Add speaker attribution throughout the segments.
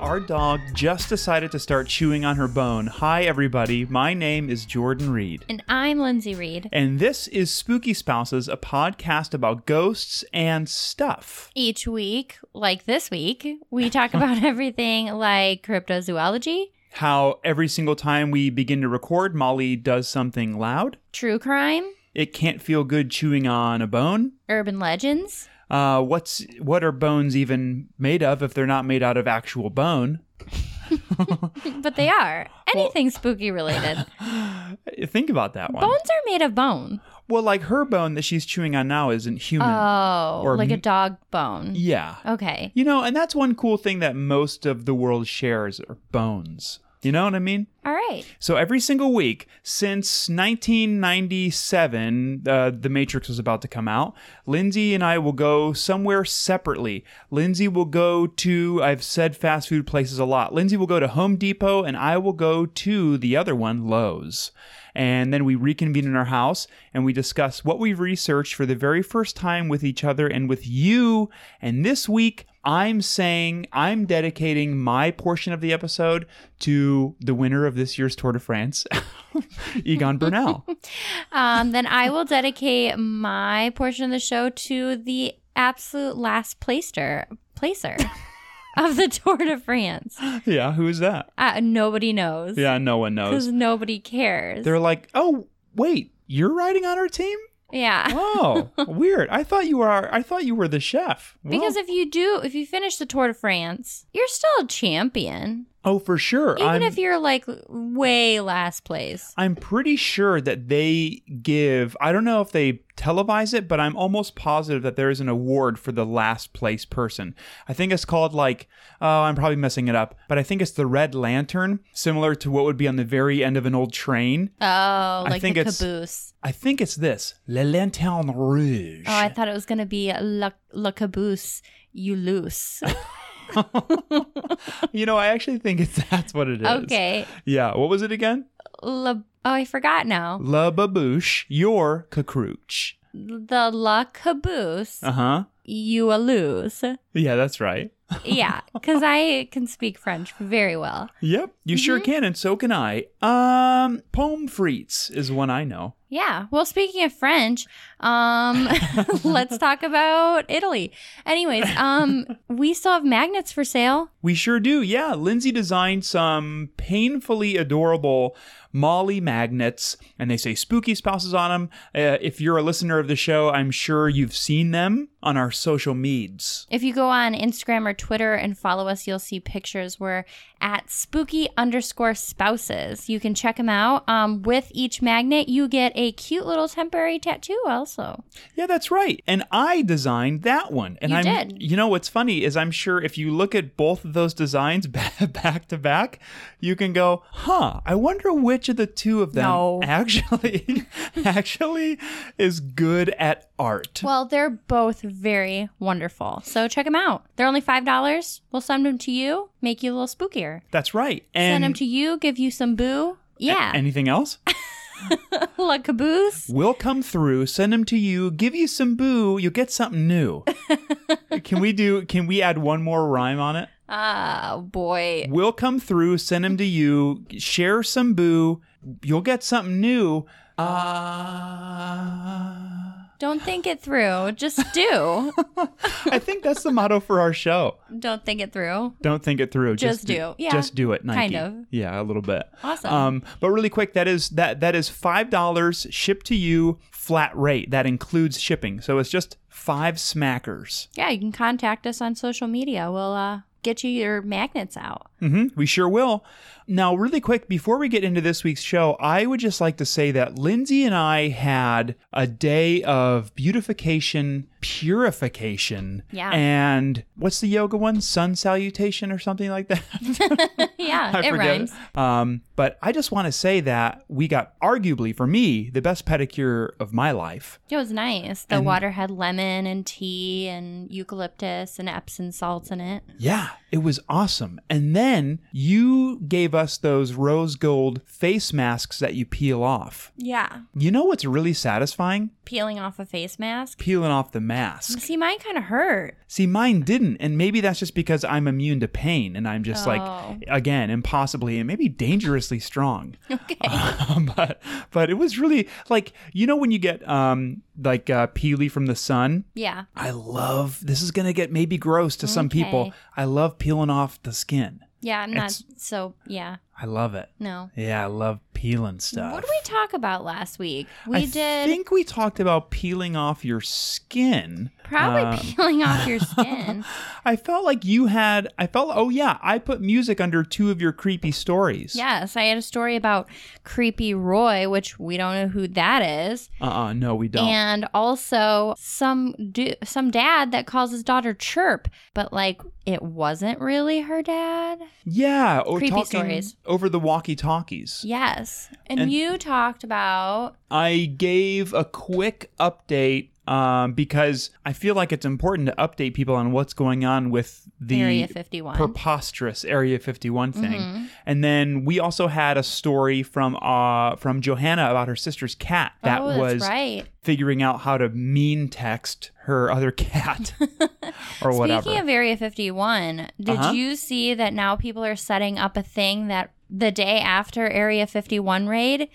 Speaker 1: our dog just decided to start chewing on her bone. Hi, everybody. My name is Jordan Reed.
Speaker 2: And I'm Lindsay Reed.
Speaker 1: And this is Spooky Spouses, a podcast about ghosts and stuff.
Speaker 2: Each week, like this week, we talk about everything like cryptozoology,
Speaker 1: How every single time we begin to record, Molly does something loud.
Speaker 2: true crime,
Speaker 1: It can't feel good chewing on a bone.
Speaker 2: urban legends,
Speaker 1: Uh, what's what are bones even made of if they're not made out of actual bone?
Speaker 2: but they are anything spooky related.
Speaker 1: Think about that one.
Speaker 2: Bones are made of bone.
Speaker 1: Well, like her bone that she's chewing on now isn't human.
Speaker 2: Oh,
Speaker 1: Or
Speaker 2: like
Speaker 1: m-
Speaker 2: a dog bone.
Speaker 1: yeah.
Speaker 2: Okay.
Speaker 1: You know, and that's one cool thing that most of the world shares are bones. You know what I mean?
Speaker 2: All right.
Speaker 1: So every single week since 1997, uh, The Matrix was about to come out, Lindsay and I will go somewhere separately. Lindsay will go to, I've said fast food places a lot. Lindsay will go to Home Depot, and I will go to the other one, Lowe's. And then we reconvene in our house and we discuss what we've researched for the very first time with each other and with you. And this week, I'm saying I'm dedicating my portion of the episode to the winner of this year's Tour de France, Egon Bernal.
Speaker 2: Um, then I will dedicate my portion of the show to the absolute last placer, placer of the Tour de France.
Speaker 1: yeah, who is that?
Speaker 2: Uh, nobody knows.
Speaker 1: Yeah, no one
Speaker 2: Because
Speaker 1: knows.
Speaker 2: nobody cares.
Speaker 1: They're like, oh, wait, you're riding on our team?
Speaker 2: yeah.
Speaker 1: Wow, weird. I thought you were. Our, I thought you were the chef. Well,
Speaker 2: Because if you do, if you finish the Tour de France, you're still a champion,
Speaker 1: oh, for sure.
Speaker 2: even
Speaker 1: I'm,
Speaker 2: if you're like way last place.
Speaker 1: I'm pretty sure that they give, I don't know if they televise it, but I'm almost positive that there is an award for the last place person. I think it's called like, oh, I'm probably messing it up, but I think it's the Red Lantern, similar to what would be on the very end of an old train.
Speaker 2: Oh, like
Speaker 1: think
Speaker 2: the
Speaker 1: it's-
Speaker 2: caboose.
Speaker 1: I think it's this Le Lanterne Rouge.
Speaker 2: Oh, I thought it was gonna be la, la caboose. You loose.
Speaker 1: you know, I actually think it's that's what it is.
Speaker 2: okay.
Speaker 1: Yeah. What was it again?
Speaker 2: La, oh, I forgot now.
Speaker 1: La Babouche, your cockroach.
Speaker 2: The la caboose.
Speaker 1: Uh huh.
Speaker 2: You a lose.
Speaker 1: Yeah, that's right.
Speaker 2: Yeah, because I can speak French very well.
Speaker 1: Yep, you sure can, and so can I. Um, poem frites is one I know.
Speaker 2: Yeah. Well, speaking of French, um, let's talk about Italy. Anyways, um, we still have magnets for sale.
Speaker 1: We sure do. Yeah, Lindsay designed some painfully adorable Molly magnets, and they say spooky spouses on them. Uh, if you're a listener of the show, I'm sure you've seen them on our social meds.
Speaker 2: If you go on Instagram or Twitter and follow us, you'll see pictures. We're at spooky underscore spouses. You can check them out. Um, with each magnet, you get a cute little temporary tattoo, also.
Speaker 1: Yeah, that's right. And I designed that one. And
Speaker 2: You
Speaker 1: I'm,
Speaker 2: did.
Speaker 1: You know what's funny is I'm sure if you look at both of those designs ba- back to back, you can go, "Huh, I wonder which of the two of them
Speaker 2: No.
Speaker 1: actually actually is good at art."
Speaker 2: Well, they're both very wonderful. So check them out. They're only $5. We'll send them to you, make you a little spookier.
Speaker 1: that's right.
Speaker 2: Send
Speaker 1: And
Speaker 2: them to you, give you some boo. Yeah.
Speaker 1: anything else?
Speaker 2: La Caboose.
Speaker 1: we'll come through, send them to you, give you some boo, you'll get something new. can we do can we add one more rhyme on it?
Speaker 2: Oh boy.
Speaker 1: We'll come through, send them to you, share some boo. You'll get something new.
Speaker 2: Uh.
Speaker 1: Ah.
Speaker 2: Don't think it through. Just do.
Speaker 1: I think that's the motto for our show.
Speaker 2: Don't think it through.
Speaker 1: Don't think it through.
Speaker 2: Just do. Yeah.
Speaker 1: Just do it. Nike.
Speaker 2: Kind of.
Speaker 1: Yeah, a little bit.
Speaker 2: Awesome.
Speaker 1: Um, but really quick, that is that that is five dollars shipped to you flat rate. That includes shipping. So it's just five smackers.
Speaker 2: Yeah, you can contact us on social media. We'll uh, get you your magnets out.
Speaker 1: hmm we sure will. Now, really quick, before we get into this week's show, I would just like to say that Lindsay and I had a day of beautification, purification,
Speaker 2: Yeah.
Speaker 1: and what's the yoga one? Sun salutation or something like that.
Speaker 2: yeah,
Speaker 1: I
Speaker 2: it
Speaker 1: forget.
Speaker 2: rhymes.
Speaker 1: Um, but I just want to say that we got arguably for me the best pedicure of my life.
Speaker 2: It was nice. The water had lemon and tea and eucalyptus and Epsom salts in it.
Speaker 1: Yeah, it was awesome. And then you gave us those rose gold face masks that you peel off.
Speaker 2: Yeah.
Speaker 1: You know what's really satisfying?
Speaker 2: Peeling off a face mask.
Speaker 1: Peeling off the mask.
Speaker 2: See, mine kind of hurt.
Speaker 1: See, mine didn't. And maybe that's just because I'm immune to pain and I'm just
Speaker 2: Oh.
Speaker 1: like, again, impossibly and maybe dangerously strong. Um,
Speaker 2: Okay.
Speaker 1: but, but it was really like, you know, when you get um, like uh, Peely from the sun?
Speaker 2: yeah.
Speaker 1: I love, this is going to get maybe gross to some people.
Speaker 2: Okay.
Speaker 1: I love peeling off the skin.
Speaker 2: Yeah, I'm not
Speaker 1: It's-
Speaker 2: so. Yeah,
Speaker 1: I love it.
Speaker 2: no.
Speaker 1: Yeah, I love peeling stuff.
Speaker 2: What did we talk about last week? We
Speaker 1: I
Speaker 2: did
Speaker 1: think we talked about peeling off your skin.
Speaker 2: probably
Speaker 1: Um,
Speaker 2: peeling off your skin.
Speaker 1: I felt like you had. I felt. Oh yeah, I put music under two of your creepy stories.
Speaker 2: yes, I had a story about creepy Roy, which we don't know who that is,
Speaker 1: Uh. uh no, we don't.
Speaker 2: and also some du- some dad that calls his daughter chirp, but like it wasn't really her dad.
Speaker 1: yeah. Oh,
Speaker 2: Creepy
Speaker 1: talking
Speaker 2: stories.
Speaker 1: over the walkie-talkies.
Speaker 2: Yes, and,
Speaker 1: And-
Speaker 2: you talked about
Speaker 1: I gave a quick update. Um, because I feel like it's important to update people on what's going on with the
Speaker 2: Area Mm-hmm. 51.
Speaker 1: preposterous Area 51 thing. And then we also had a story from uh, from Johanna about her sister's cat that
Speaker 2: oh,
Speaker 1: was
Speaker 2: that's right.
Speaker 1: figuring out how to mean text her other cat or whatever.
Speaker 2: Speaking of Area 51, did
Speaker 1: Uh-huh.
Speaker 2: you see that now people are setting up a thing that the day after Area 51 raid,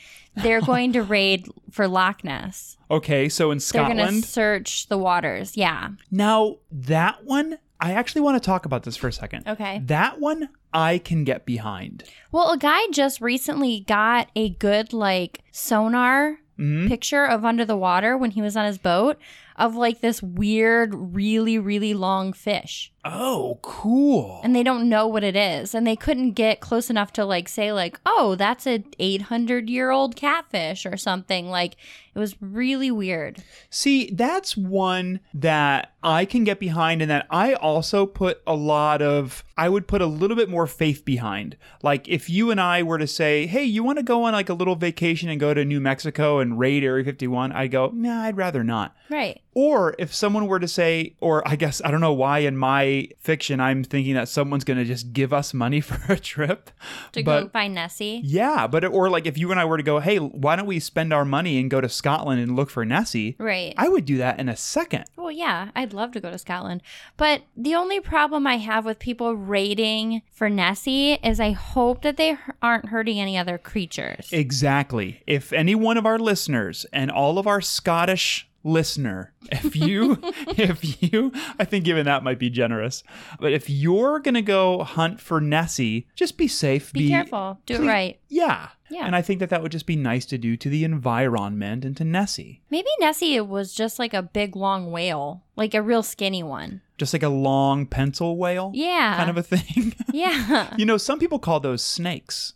Speaker 2: they're going to raid for Loch Ness.
Speaker 1: okay, so in
Speaker 2: They're
Speaker 1: Scotland.
Speaker 2: going to search the waters. Yeah.
Speaker 1: Now, that one, I actually want to talk about this for a second.
Speaker 2: Okay.
Speaker 1: That one I can get behind.
Speaker 2: Well, a guy just recently got a good like sonar
Speaker 1: Mm-hmm.
Speaker 2: picture of under the water when he was on his boat of like this weird, really, really long fish.
Speaker 1: Oh, cool.
Speaker 2: and they don't know what it is and they couldn't get close enough to like say like oh that's a 800 year old catfish or something like it was really weird
Speaker 1: See, that's one that I can get behind, and that I also put a lot of, I would put a little bit more faith behind. Like, if you and I were to say, hey, you want to go on like a little vacation and go to New Mexico and raid Area 51, I'd go, nah, I'd rather not.
Speaker 2: right
Speaker 1: Or if someone were to say, or I guess, I don't know why in my fiction I'm thinking that someone's going to just give us money for a trip.
Speaker 2: to
Speaker 1: but
Speaker 2: go find nessie
Speaker 1: yeah, but, or like if you and I were to go, hey, why don't we spend our money and go to Scotland and look for Nessie?
Speaker 2: right
Speaker 1: I would do that in a second.
Speaker 2: well yeah i'd love to go to scotland but the only problem i have with people raiding for nessie is i hope that they h- aren't hurting any other creatures
Speaker 1: Exactly. If any one of our listeners and all of our Scottish listener, if you, if you, I think even that might be generous, but if you're going to go hunt for Nessie, just be safe.
Speaker 2: be, careful do it
Speaker 1: please-
Speaker 2: right
Speaker 1: Yeah.
Speaker 2: Yeah.
Speaker 1: And I think that that would just be nice to do to the environment and to Nessie,
Speaker 2: maybe nessie was just like a big long whale like a real skinny one
Speaker 1: just like a long pencil whale.
Speaker 2: yeah
Speaker 1: Kind of a thing.
Speaker 2: yeah
Speaker 1: you know, some people call those snakes.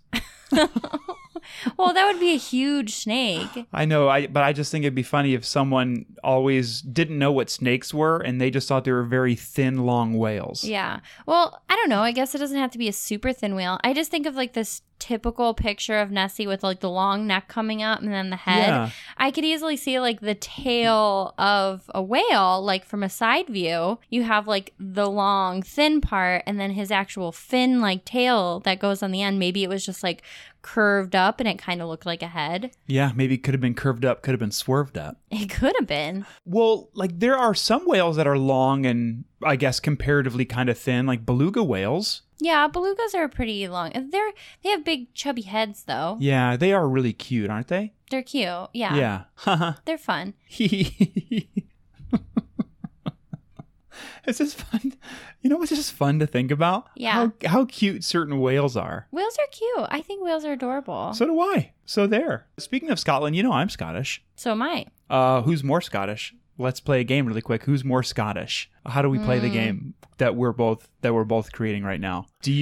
Speaker 2: Well, that would be a huge snake.
Speaker 1: I know, I but I just think it'd be funny if someone always didn't know what snakes were and they just thought they were very thin, long whales.
Speaker 2: Yeah. Well, I don't know. I guess it doesn't have to be a super thin whale. I just think of like this typical picture of Nessie with like the long neck coming up and then the head.
Speaker 1: Yeah.
Speaker 2: I could easily see like the tail of a whale, like from a side view. You have like the long, thin part and then his actual fin like tail that goes on the end. Maybe it was just like curved up and it kind of looked like a head.
Speaker 1: Yeah, maybe it could have been curved up, could have been swerved up.
Speaker 2: It could have been.
Speaker 1: Well, like there are some whales that are long and I guess comparatively kind of thin, like beluga whales.
Speaker 2: Yeah, belugas are pretty long. They're they have big chubby heads though.
Speaker 1: Yeah, they are really cute, aren't they?
Speaker 2: They're cute. Oh. Yeah.
Speaker 1: Yeah. Haha.
Speaker 2: They're fun.
Speaker 1: it's just fun. You know what's just fun to think about?
Speaker 2: Yeah.
Speaker 1: How, how cute certain whales are.
Speaker 2: Whales are cute. I think whales are adorable.
Speaker 1: So
Speaker 2: So,
Speaker 1: do I. So there. Speaking of Scotland, you know I'm Scottish.
Speaker 2: am I.
Speaker 1: Uh, who's more Scottish? Let's play a game really quick. Who's more Scottish? How do we play
Speaker 2: Hmm.
Speaker 1: the game that we're both that we're both creating right now? Do
Speaker 2: Well,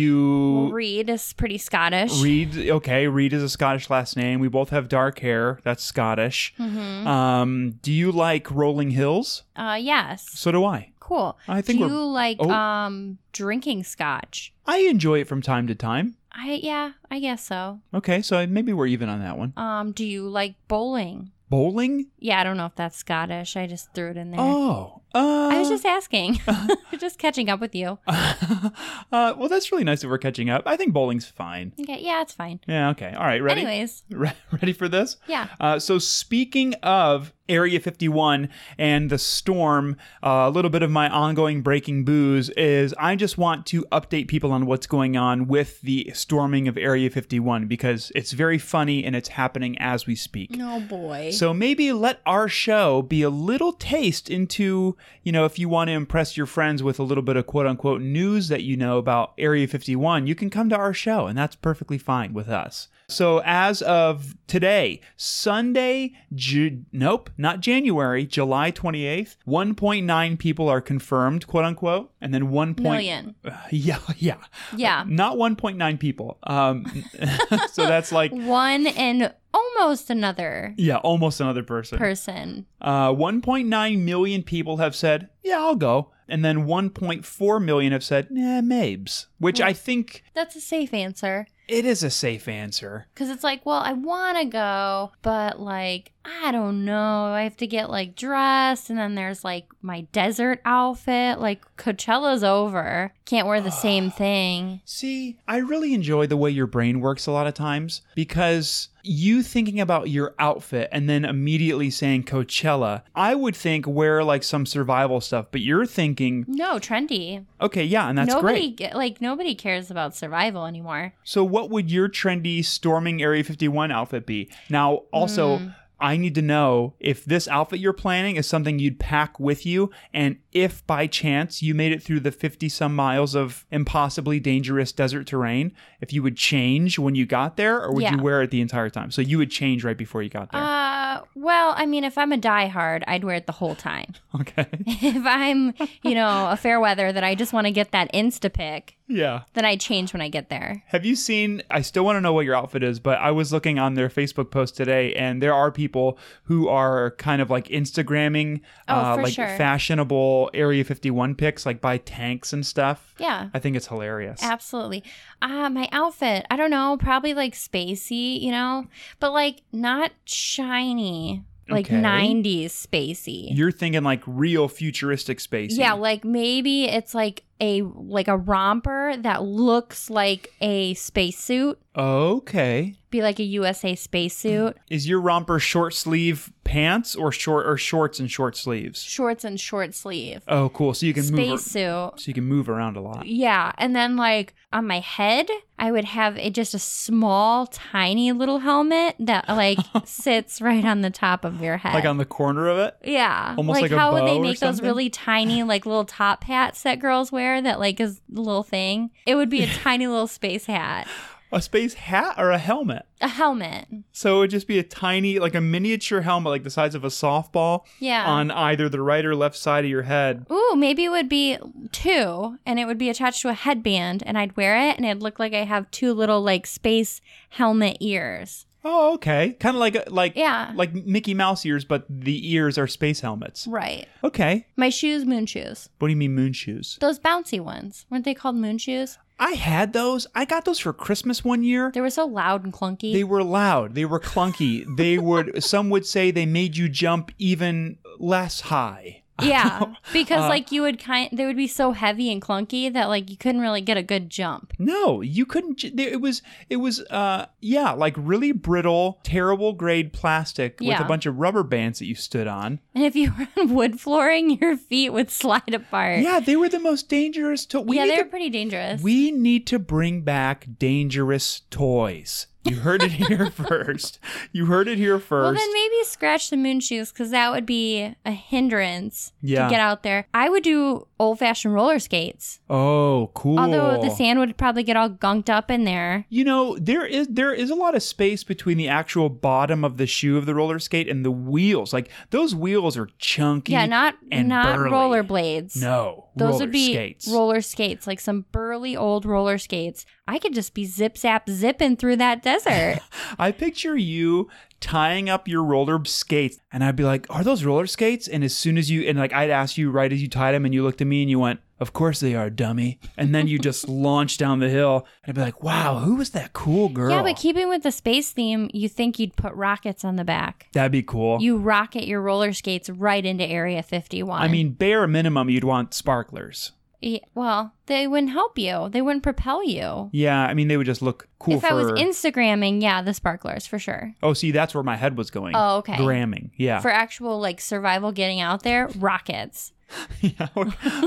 Speaker 1: you
Speaker 2: Reed is pretty Scottish.
Speaker 1: Reed? Okay, Reed is a Scottish last name. We both have dark hair. That's Scottish.
Speaker 2: hmm
Speaker 1: Um, do you like rolling hills?
Speaker 2: Uh, yes.
Speaker 1: So do I.
Speaker 2: Cool.
Speaker 1: I think
Speaker 2: Do
Speaker 1: we're-
Speaker 2: you like
Speaker 1: oh.
Speaker 2: um drinking scotch?
Speaker 1: I enjoy it from time to time.
Speaker 2: I yeah, I guess so.
Speaker 1: Okay, so I- maybe we're even on that one.
Speaker 2: Um, do you like bowling?
Speaker 1: Bowling?
Speaker 2: Yeah, I don't know if that's Scottish. I just threw it in there.
Speaker 1: Oh, Uh, uh-huh.
Speaker 2: I was just asking. just catching up with you.
Speaker 1: uh, well, that's really nice that we're catching up. I think bowling's fine.
Speaker 2: Okay, yeah, it's fine.
Speaker 1: Yeah, okay. All right, ready?
Speaker 2: Anyways,
Speaker 1: Re- ready for this?
Speaker 2: Yeah.
Speaker 1: Uh, so, speaking of Area 51 and the storm, uh, a little bit of my ongoing breaking booze is I just want to update people on what's going on with the storming of Area 51 because it's very funny and it's happening as we speak.
Speaker 2: oh boy.
Speaker 1: So maybe let our show be a little taste into, you know, if you want to impress your friends with a little bit of quote unquote news that you know about Area 51, you can come to our show and that's perfectly fine with us. So as of today, Sunday, Ju- nope, not January, July 28th, 1.9 people are confirmed, quote unquote, and then 1. point-
Speaker 2: Million.
Speaker 1: yeah, yeah.
Speaker 2: Yeah.
Speaker 1: Not 1.9 people. Um, so that's like,
Speaker 2: One and almost another
Speaker 1: yeah, almost another person.
Speaker 2: person.
Speaker 1: Uh, 1.9 million people have said, yeah, I'll go. And then 1.4 million have said, nah, mabes, which I think
Speaker 2: That's a safe answer.
Speaker 1: it is a safe answer.
Speaker 2: Because it's like, well, I want to go, but like, I don't know. I have to get like dressed. And then there's like my desert outfit. Like, Coachella's over. Can't wear the same thing.
Speaker 1: See, I really enjoy the way your brain works a lot of times because you thinking about your outfit and then immediately saying Coachella, I would think wear like some survival stuff, but you're thinking,
Speaker 2: No, trendy.
Speaker 1: okay, yeah, and that's
Speaker 2: nobody,
Speaker 1: great.
Speaker 2: ge- Like, nobody cares about survival anymore.
Speaker 1: So, what would your trendy storming Area 51 outfit be? Now, also,
Speaker 2: Hmm.
Speaker 1: I need to know if this outfit you're planning is something you'd pack with you, and if by chance you made it through the 50 some miles of impossibly dangerous desert terrain, if you would change when you got there, or would
Speaker 2: Yeah.
Speaker 1: you wear it the entire time? So, you would change right before you got there.
Speaker 2: Uh, well, I mean, if I'm a diehard, I'd wear it the whole time.
Speaker 1: okay.
Speaker 2: if I'm, you know, a fair weather that I just want to get that insta pic,
Speaker 1: yeah.
Speaker 2: then I change when I get there.
Speaker 1: Have you seen? I still want to know what your outfit is, but I was looking on their Facebook post today, and there are people who are kind of like Instagramming, uh,
Speaker 2: Oh, for
Speaker 1: like
Speaker 2: sure.
Speaker 1: fashionable Area 51 pics, like by tanks and stuff.
Speaker 2: Yeah.
Speaker 1: I think it's hilarious.
Speaker 2: Absolutely. Uh, my outfit, I don't know, probably like spacey, you know, but like not shiny, like
Speaker 1: Okay.
Speaker 2: 90s spacey.
Speaker 1: You're thinking like real futuristic space.
Speaker 2: yeah, like maybe it's like a like a romper that looks like a spacesuit,
Speaker 1: Okay.
Speaker 2: be like a USA spacesuit,
Speaker 1: Is your romper short sleeve pants or short or shorts and short sleeves?
Speaker 2: shorts and short sleeve,
Speaker 1: Oh, cool. So you can move. ar-
Speaker 2: spacesuit.
Speaker 1: So you can move around a lot.
Speaker 2: Yeah, and then like on my head, I would have a, just a small, tiny little helmet that like sits right on the top of your head.
Speaker 1: Like on the corner of it.
Speaker 2: yeah,
Speaker 1: almost like a
Speaker 2: how would
Speaker 1: bow
Speaker 2: they
Speaker 1: or
Speaker 2: make those
Speaker 1: something?
Speaker 2: really tiny, like little top hats that girls wear? That like is a little thing. It would be a tiny little space hat,
Speaker 1: A space hat or a helmet.
Speaker 2: a helmet.
Speaker 1: So it would just be a tiny, like a miniature helmet, like the size of a softball,
Speaker 2: Yeah.
Speaker 1: on either the right or left side of your head.
Speaker 2: Ooh, maybe it would be two, and it would be attached to a headband, and I'd wear it, and it'd look like I have two little like space helmet ears.
Speaker 1: Oh, okay. Kind of like a- like
Speaker 2: Yeah.
Speaker 1: like Mickey Mouse ears, but the ears are space helmets.
Speaker 2: Right.
Speaker 1: Okay.
Speaker 2: My shoes, moon shoes.
Speaker 1: What do you mean moon shoes?
Speaker 2: Those bouncy ones. Weren't they called moon shoes?
Speaker 1: I had those. I got those for Christmas one year.
Speaker 2: They were so loud and clunky.
Speaker 1: They were loud. They were clunky. they would. Some would say they made you jump even less high.
Speaker 2: yeah.
Speaker 1: Uh,
Speaker 2: Because like you would kind they would be so heavy and clunky that like you couldn't really get a good jump.
Speaker 1: No, you couldn't. j- there- It was, it was, uh, yeah, like really brittle, terrible grade plastic with
Speaker 2: Yeah.
Speaker 1: a bunch of rubber bands that you stood on.
Speaker 2: And if you were on wood flooring, your feet would slide apart.
Speaker 1: Yeah, they were the most dangerous. To- we
Speaker 2: Yeah,
Speaker 1: need
Speaker 2: they
Speaker 1: to-
Speaker 2: were pretty dangerous.
Speaker 1: We need to bring back dangerous toys. You heard it here first. You heard it here
Speaker 2: well,
Speaker 1: first.
Speaker 2: then maybe scratch the moon shoes because that would be a hindrance
Speaker 1: Yeah.
Speaker 2: to get out there. I would do old fashioned roller skates,
Speaker 1: oh, cool.
Speaker 2: although the sand would probably get all gunked up in there.
Speaker 1: You know, there is there is a lot of space between the actual bottom of the shoe of the roller skate and the wheels. Like those wheels are chunky.
Speaker 2: Yeah, not
Speaker 1: and
Speaker 2: not
Speaker 1: burly.
Speaker 2: rollerblades.
Speaker 1: No,
Speaker 2: Those
Speaker 1: roller
Speaker 2: would be
Speaker 1: skates.
Speaker 2: roller skates, like some burly old roller skates. I could just be zip zap zipping through that desert.
Speaker 1: I picture you tying up your roller skates, and I'd be like, "Are those roller skates?" And as soon as you and like I'd ask you right as you tied them, and you looked at me and you went, Of course they are, dummy. And then you just launch down the hill and I'd be like, wow, who was that cool girl?
Speaker 2: Yeah, but keeping with the space theme, you think you'd put rockets on the back.
Speaker 1: That'd be cool.
Speaker 2: You rocket your roller skates right into Area 51.
Speaker 1: I mean, bare minimum, you'd want sparklers.
Speaker 2: Yeah, well, they wouldn't help you. They wouldn't propel you.
Speaker 1: Yeah, I mean, they would just look cool
Speaker 2: if
Speaker 1: for.
Speaker 2: I was Instagramming, yeah, the sparklers for sure.
Speaker 1: oh, see, that's where my head was going.
Speaker 2: Oh, okay.
Speaker 1: Gramming. Yeah.
Speaker 2: For actual like survival getting out there, rockets.
Speaker 1: yeah.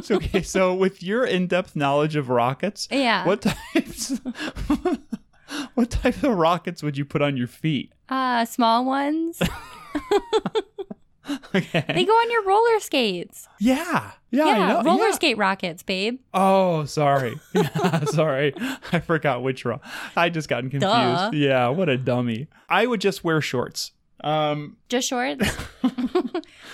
Speaker 1: So, okay, so with your in-depth knowledge of rockets,
Speaker 2: Yeah.
Speaker 1: what types? what type of rockets would you put on your feet?
Speaker 2: Uh, small ones.
Speaker 1: Okay.
Speaker 2: they go on your roller skates.
Speaker 1: Yeah. Yeah. I
Speaker 2: Yeah,
Speaker 1: know.
Speaker 2: roller
Speaker 1: yeah.
Speaker 2: skate rockets, babe.
Speaker 1: Oh, sorry. Yeah, sorry. I forgot which rock. I just gotten confused.
Speaker 2: Duh.
Speaker 1: Yeah. What a dummy. I would just wear shorts. Um,
Speaker 2: Just shorts.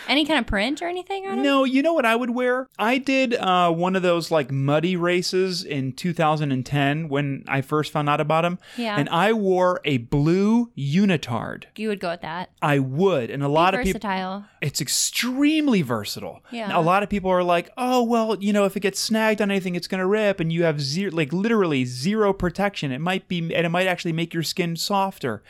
Speaker 2: Any kind of print or anything on them?
Speaker 1: No, you know what I would wear? I did uh, one of those like muddy races in 2010 when I first found out about them.
Speaker 2: Yeah.
Speaker 1: And I wore a blue unitard.
Speaker 2: You would go with that.
Speaker 1: I would. And a lot of people,
Speaker 2: Versatile.
Speaker 1: it's extremely versatile.
Speaker 2: Yeah.
Speaker 1: A lot of people are like, oh, well, you know, if it gets snagged on anything, it's going to rip. And you have zero, like literally zero protection. It might be, and it might actually make your skin softer.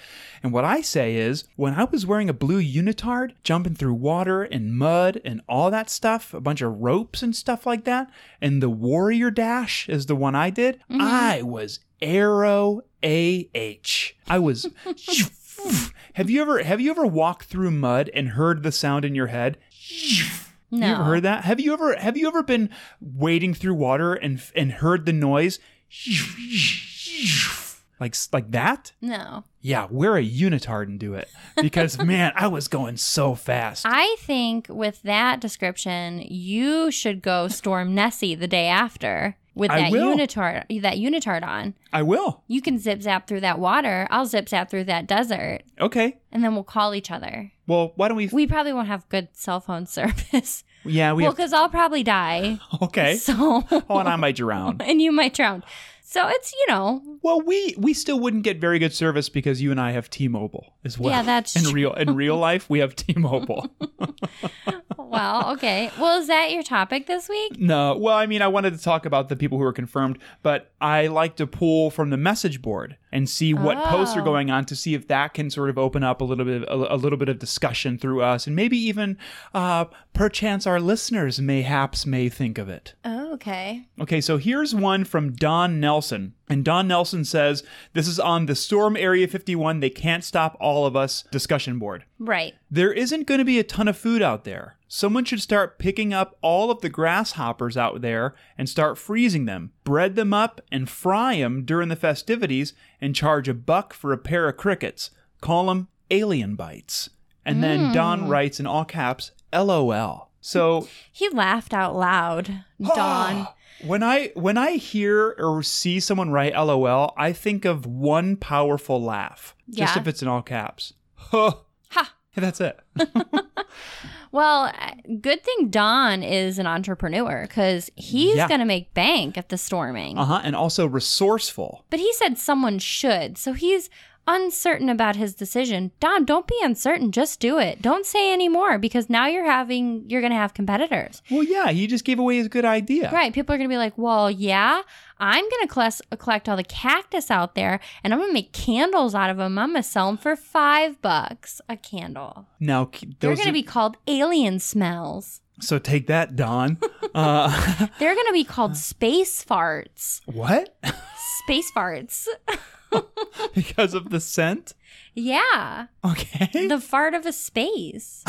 Speaker 1: And what I say is, when I was wearing a blue unitard, jumping through water and mud and all that stuff, a bunch of ropes and stuff like that, and the warrior dash is the one I did, I was arrow AH. I was. Have you ever have you ever walked through mud and heard the sound in your head?
Speaker 2: No.
Speaker 1: You ever heard that? Have you ever have you ever been wading through water and and heard the noise? Like like that?
Speaker 2: No.
Speaker 1: Yeah, wear a unitard and do it because man, I was going so fast.
Speaker 2: I think with that description, you should go storm Nessie the day after with
Speaker 1: I
Speaker 2: that
Speaker 1: will.
Speaker 2: unitard that unitard on.
Speaker 1: I will.
Speaker 2: You can zip zap through that water. I'll zip zap through that desert,
Speaker 1: Okay.
Speaker 2: and then we'll call each other.
Speaker 1: Well, why don't we?
Speaker 2: We probably won't have good cell phone service.
Speaker 1: yeah, we.
Speaker 2: well, because I'll probably die.
Speaker 1: have, okay.
Speaker 2: So,
Speaker 1: Oh, and I might drown.
Speaker 2: and you might drown. So it's you know,
Speaker 1: Well, we we still wouldn't get very good service because you and I have T-Mobile as well.
Speaker 2: Yeah, that's
Speaker 1: in
Speaker 2: true.
Speaker 1: real in real life we have T-Mobile.
Speaker 2: well, okay. Well, is that your topic this week?
Speaker 1: no, well, I mean, I wanted to talk about the people who are confirmed, but I like to pull from the message board and see what posts are
Speaker 2: Oh.
Speaker 1: going on to see if that can sort of open up a little bit a, a little bit of discussion through us, and maybe even uh, perchance our listeners mayhaps may think of it.
Speaker 2: Oh, okay.
Speaker 1: Okay, so here's one from Don Nelson. And Don Nelson says, This is on the Storm Area 51, they can't stop all of us discussion board.
Speaker 2: Right.
Speaker 1: There isn't going to be a ton of food out there. Someone should start picking up all of the grasshoppers out there and start freezing them, bread them up, and fry them during the festivities, and charge a buck for a pair of crickets. Call them alien bites. And then
Speaker 2: Mm.
Speaker 1: Don writes in all caps, LOL. So
Speaker 2: He laughed out loud. Dawn.
Speaker 1: When I when I hear or see someone write LOL, I think of one powerful laugh. Just
Speaker 2: Yeah.
Speaker 1: if it's in all caps. Huh.
Speaker 2: Ha.
Speaker 1: That's it.
Speaker 2: Well, uh, good thing Don is an entrepreneur because he's
Speaker 1: Yeah.
Speaker 2: going to make bank at the storming.
Speaker 1: Uh-huh. And also resourceful.
Speaker 2: But he said someone should. So he's uncertain about his decision. Don, don't be uncertain. Just do it. Don't say any more because now you're having, you're going to have competitors.
Speaker 1: Well, yeah, he just gave away his good idea.
Speaker 2: Right. People are going to be like, well, yeah, I'm going to class- collect all the cactus out there and I'm going to make candles out of them. I'm going to sell them for five bucks a candle.
Speaker 1: Now k-
Speaker 2: They're
Speaker 1: those
Speaker 2: going to
Speaker 1: are-
Speaker 2: be called alien smells.
Speaker 1: So take that, Don. uh
Speaker 2: They're going to be called space farts.
Speaker 1: what?
Speaker 2: Space farts.
Speaker 1: because of the scent?
Speaker 2: Yeah.
Speaker 1: Okay.
Speaker 2: The fart of a space.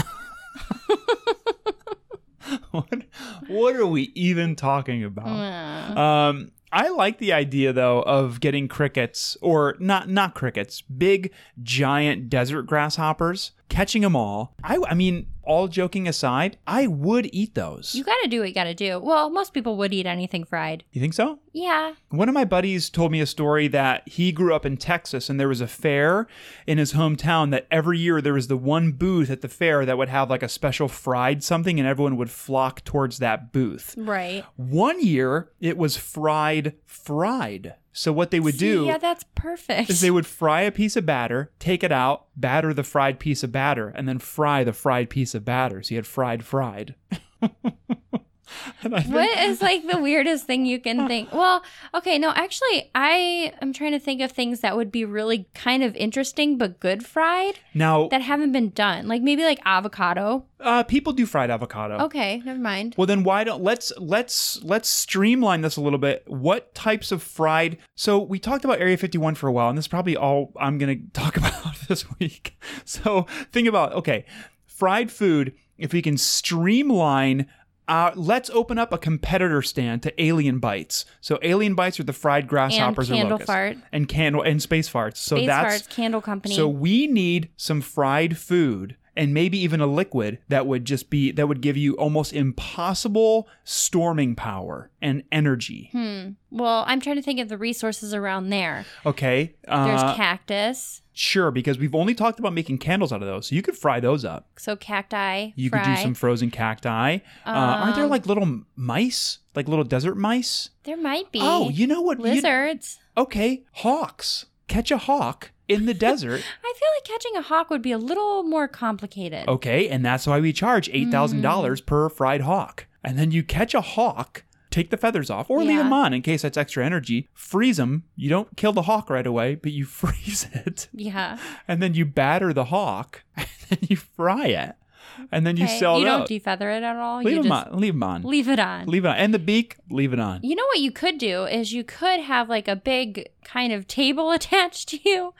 Speaker 1: what, what are we even talking about?
Speaker 2: Mm.
Speaker 1: Um, I like the idea though of getting crickets or not not crickets, big giant desert grasshoppers, catching them all. I I mean, all joking aside, I would eat those.
Speaker 2: You
Speaker 1: You,
Speaker 2: got to do what you got to do. Well, most people would eat anything fried.
Speaker 1: think so?
Speaker 2: Yeah.
Speaker 1: One of my buddies told me a story that he grew up in Texas and there was a fair in his hometown that every year there was the one booth at the fair that would have like a special fried something and everyone would flock towards that booth.
Speaker 2: Right.
Speaker 1: One year it was fried fried. So what they would do
Speaker 2: Yeah, that's perfect.
Speaker 1: is they would fry a piece of batter, take it out, batter the fried piece of batter, and then fry the fried piece of batter. So you had fried fried. And I think-
Speaker 2: What is like the weirdest thing you can think? Well, okay, no, actually, I am trying to think of things that would be really kind of interesting but good fried
Speaker 1: Now,
Speaker 2: that haven't been done. Like maybe like avocado.
Speaker 1: uh, people do fried avocado.
Speaker 2: Okay, never mind.
Speaker 1: Well, then why don't let's let's let's streamline this a little bit. What types of fried? So we talked about Area 51 for a while, and this is probably all I'm going to talk about this week. So think about okay, fried food. If we can streamline. Uh, let's open up a competitor stand to alien bites. So alien bites are the fried grasshoppers or
Speaker 2: candle
Speaker 1: locusts.
Speaker 2: fart.
Speaker 1: and candle and space farts. So
Speaker 2: Base
Speaker 1: that's
Speaker 2: Farts Candle Company.
Speaker 1: so we need some fried food and maybe even a liquid that would just be that would give you almost impossible storming power and energy.
Speaker 2: Hmm. well, I'm trying to think of the resources around there.
Speaker 1: Okay,
Speaker 2: There's
Speaker 1: uh,
Speaker 2: cactus.
Speaker 1: sure because we've only talked about making candles out of those, so you could fry those up.
Speaker 2: So cacti.
Speaker 1: You
Speaker 2: fry. Um,
Speaker 1: could do some frozen cacti. Uh, aren't there like little mice, like little desert mice?
Speaker 2: There might be.
Speaker 1: Oh, you know what? you'd-
Speaker 2: lizards.
Speaker 1: okay, hawks. Catch a hawk in the desert.
Speaker 2: I feel like catching a hawk would be a little more complicated.
Speaker 1: Okay, and that's why we charge eight thousand dollars
Speaker 2: Mm.
Speaker 1: per fried hawk. And then you catch a hawk, take the feathers off, or leave
Speaker 2: Yeah.
Speaker 1: them on in case that's extra energy. Freeze them. You don't kill the hawk right away, but you freeze it,
Speaker 2: Yeah.
Speaker 1: and then you batter the hawk, and then you fry it, and then you
Speaker 2: Okay.
Speaker 1: sell
Speaker 2: You
Speaker 1: it.
Speaker 2: don't
Speaker 1: out.
Speaker 2: defeather it at all.
Speaker 1: leave
Speaker 2: you
Speaker 1: them
Speaker 2: just
Speaker 1: on. Leave them on. Leave,
Speaker 2: leave it on.
Speaker 1: it on. And the beak, leave it on.
Speaker 2: You know what you could do is you could have like a big kind of table attached to you,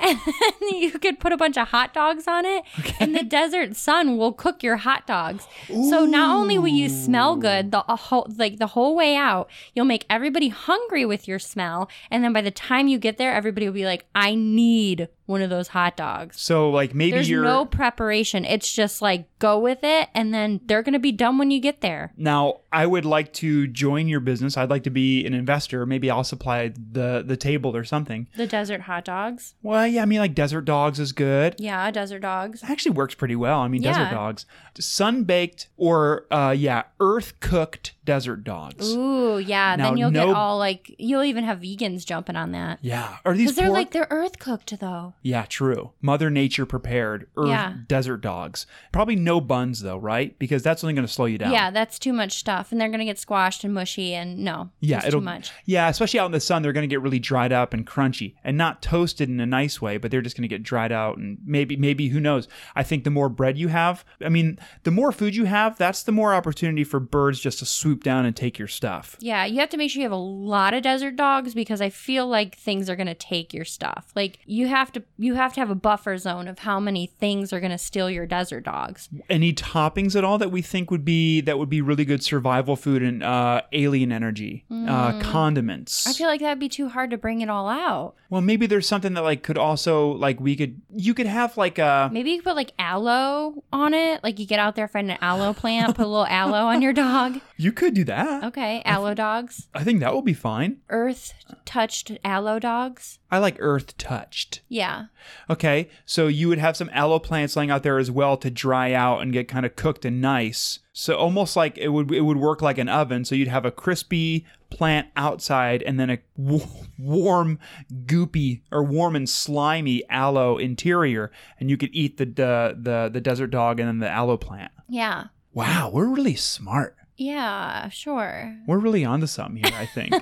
Speaker 2: and then you could put a bunch of hot dogs on it, and the desert sun will cook your hot dogs. So not only will you smell good the a whole like the whole way out, you'll make everybody hungry with your smell, and then by the time you get there, everybody will be like, "I need one of those hot dogs."
Speaker 1: So like maybe
Speaker 2: There's
Speaker 1: you're
Speaker 2: no preparation. It's just like go with it, and then they're gonna be done when you get there.
Speaker 1: Now, I would like to join your business. I'd like to be an investor. Maybe I'll supply the the table or something.
Speaker 2: The desert hot dogs.
Speaker 1: Well, yeah, I mean, like desert dogs is good.
Speaker 2: Yeah, desert dogs.
Speaker 1: It actually works pretty well. I mean, desert
Speaker 2: Yeah.
Speaker 1: dogs, sun baked or uh, yeah, earth cooked desert dogs.
Speaker 2: Ooh, yeah.
Speaker 1: Now,
Speaker 2: then you'll
Speaker 1: no-
Speaker 2: get all like you'll even have vegans jumping on that
Speaker 1: Yeah, are these
Speaker 2: because they're
Speaker 1: pork?
Speaker 2: like they're earth cooked though.
Speaker 1: yeah, true. Mother Nature prepared earth
Speaker 2: Yeah.
Speaker 1: desert dogs. Probably no buns though, right? Because that's only going to slow you down.
Speaker 2: Yeah, that's too much stuff, and they're gonna get squashed and mushy, and no,
Speaker 1: Yeah,
Speaker 2: it's
Speaker 1: it'll
Speaker 2: too much.
Speaker 1: yeah, especially out in the sun, they're going to get really dried up and crunchy, and not toasted in a nice way, but they're just going to get dried out and maybe maybe who knows? I think the more bread you have, I mean, the more food you have, that's the more opportunity for birds just to swoop down and take your stuff.
Speaker 2: Yeah, you have to make sure you have a lot of desert dogs because I feel like things are gonna take your stuff. Like you have to you have to have a buffer zone of how many things are gonna steal your desert dogs.
Speaker 1: any toppings at all that we think would be that would be really good survival food and uh, alien energy uh, condiments
Speaker 2: Mm. I feel like that'd be too hard to bring it all out.
Speaker 1: well maybe there's something that like could also like we could you could have like uh, a
Speaker 2: Maybe you could put like aloe on it. Like you get out there, find an aloe plant, put a little aloe on your dog.
Speaker 1: you could do that
Speaker 2: Okay, aloe dogs.
Speaker 1: i think that would be fine
Speaker 2: Earth touched aloe dogs.
Speaker 1: i like earth touched
Speaker 2: Yeah.
Speaker 1: okay so you would have some aloe plants laying out there as well to dry out and get kind of cooked and nice so almost like it would it would work like an oven so you'd have a crispy plant outside and then a w- warm goopy or warm and slimy aloe interior and you could eat the the the, the desert dog and then the aloe plant
Speaker 2: Yeah.
Speaker 1: wow we're really smart
Speaker 2: Yeah, sure.
Speaker 1: we're really onto something here, I think.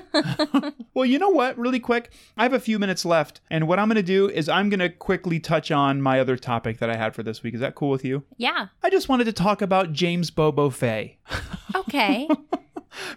Speaker 1: well, you know what? Really quick, I have a few minutes left, and what I'm going to do is I'm going to quickly touch on my other topic that I had for this week. Is that cool with you?
Speaker 2: Yeah.
Speaker 1: I just wanted to talk about James Bobo Fay
Speaker 2: Okay.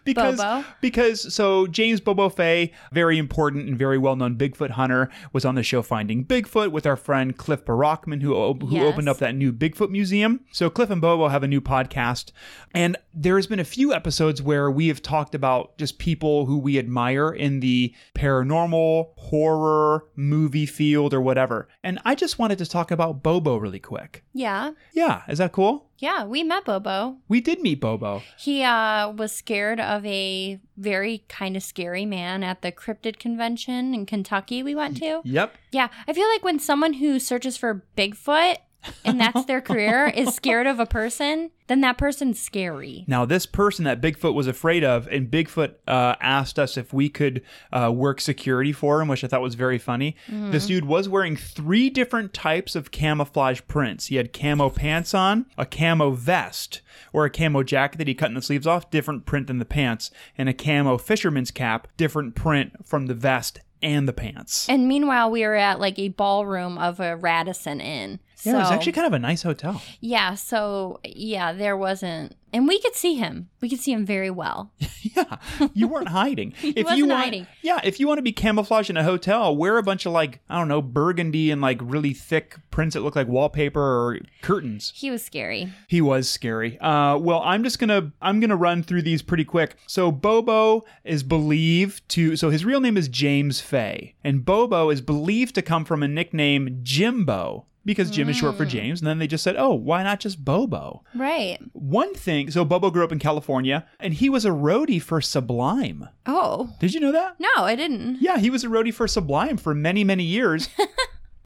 Speaker 1: because
Speaker 2: Bobo.
Speaker 1: because so James Bobo Fay, very important and very well-known Bigfoot hunter, was on the show Finding Bigfoot with our friend Cliff Barackman who o- who
Speaker 2: Yes.
Speaker 1: opened up that new Bigfoot museum. So Cliff and Bobo have a new podcast and there has been a few episodes where we have talked about just people who we admire in the paranormal, horror, movie field or whatever. And I just wanted to talk about Bobo really quick.
Speaker 2: yeah.
Speaker 1: Yeah, is that cool?
Speaker 2: Yeah, we met Bobo.
Speaker 1: We did meet Bobo.
Speaker 2: He uh, was scared of a very kind of scary man at the cryptid convention in Kentucky we went to.
Speaker 1: Yep.
Speaker 2: Yeah, I feel like when someone who searches for Bigfoot and that's their career is scared of a person, then that person's scary.
Speaker 1: Now, this person that Bigfoot was afraid of, and Bigfoot uh, asked us if we could uh, work security for him, which I thought was very funny.
Speaker 2: Mm-hmm.
Speaker 1: This dude was wearing three different types of camouflage prints. He had camo pants on, a camo vest, or a camo jacket that he cut in the sleeves off, different print than the pants, and a camo fisherman's cap, different print from the vest and the pants.
Speaker 2: And meanwhile, we were at like a ballroom of a Radisson Inn.
Speaker 1: yeah, it was
Speaker 2: So-
Speaker 1: actually kind of a nice hotel.
Speaker 2: yeah. So yeah, there wasn't, and we could see him. We could see him very well.
Speaker 1: Yeah, you weren't hiding. if you
Speaker 2: wasn't
Speaker 1: want,
Speaker 2: hiding.
Speaker 1: yeah, if you want to be camouflaged in a hotel, wear a bunch of like I don't know burgundy and like really thick prints that look like wallpaper or curtains.
Speaker 2: He was scary.
Speaker 1: He was scary. Uh, well, I'm just gonna I'm gonna run through these pretty quick. So Bobo is believed to so his real name is James Fay, and Bobo is believed to come from a nickname Jimbo because Jim is short
Speaker 2: Hmm.
Speaker 1: for James, and then they just said, oh, why not just Bobo?
Speaker 2: Right.
Speaker 1: One thing. So Bobo grew up in California, and he was a roadie for Sublime.
Speaker 2: Oh
Speaker 1: Did you know that?
Speaker 2: no, I didn't.
Speaker 1: Yeah, he was a roadie for Sublime for many, many years.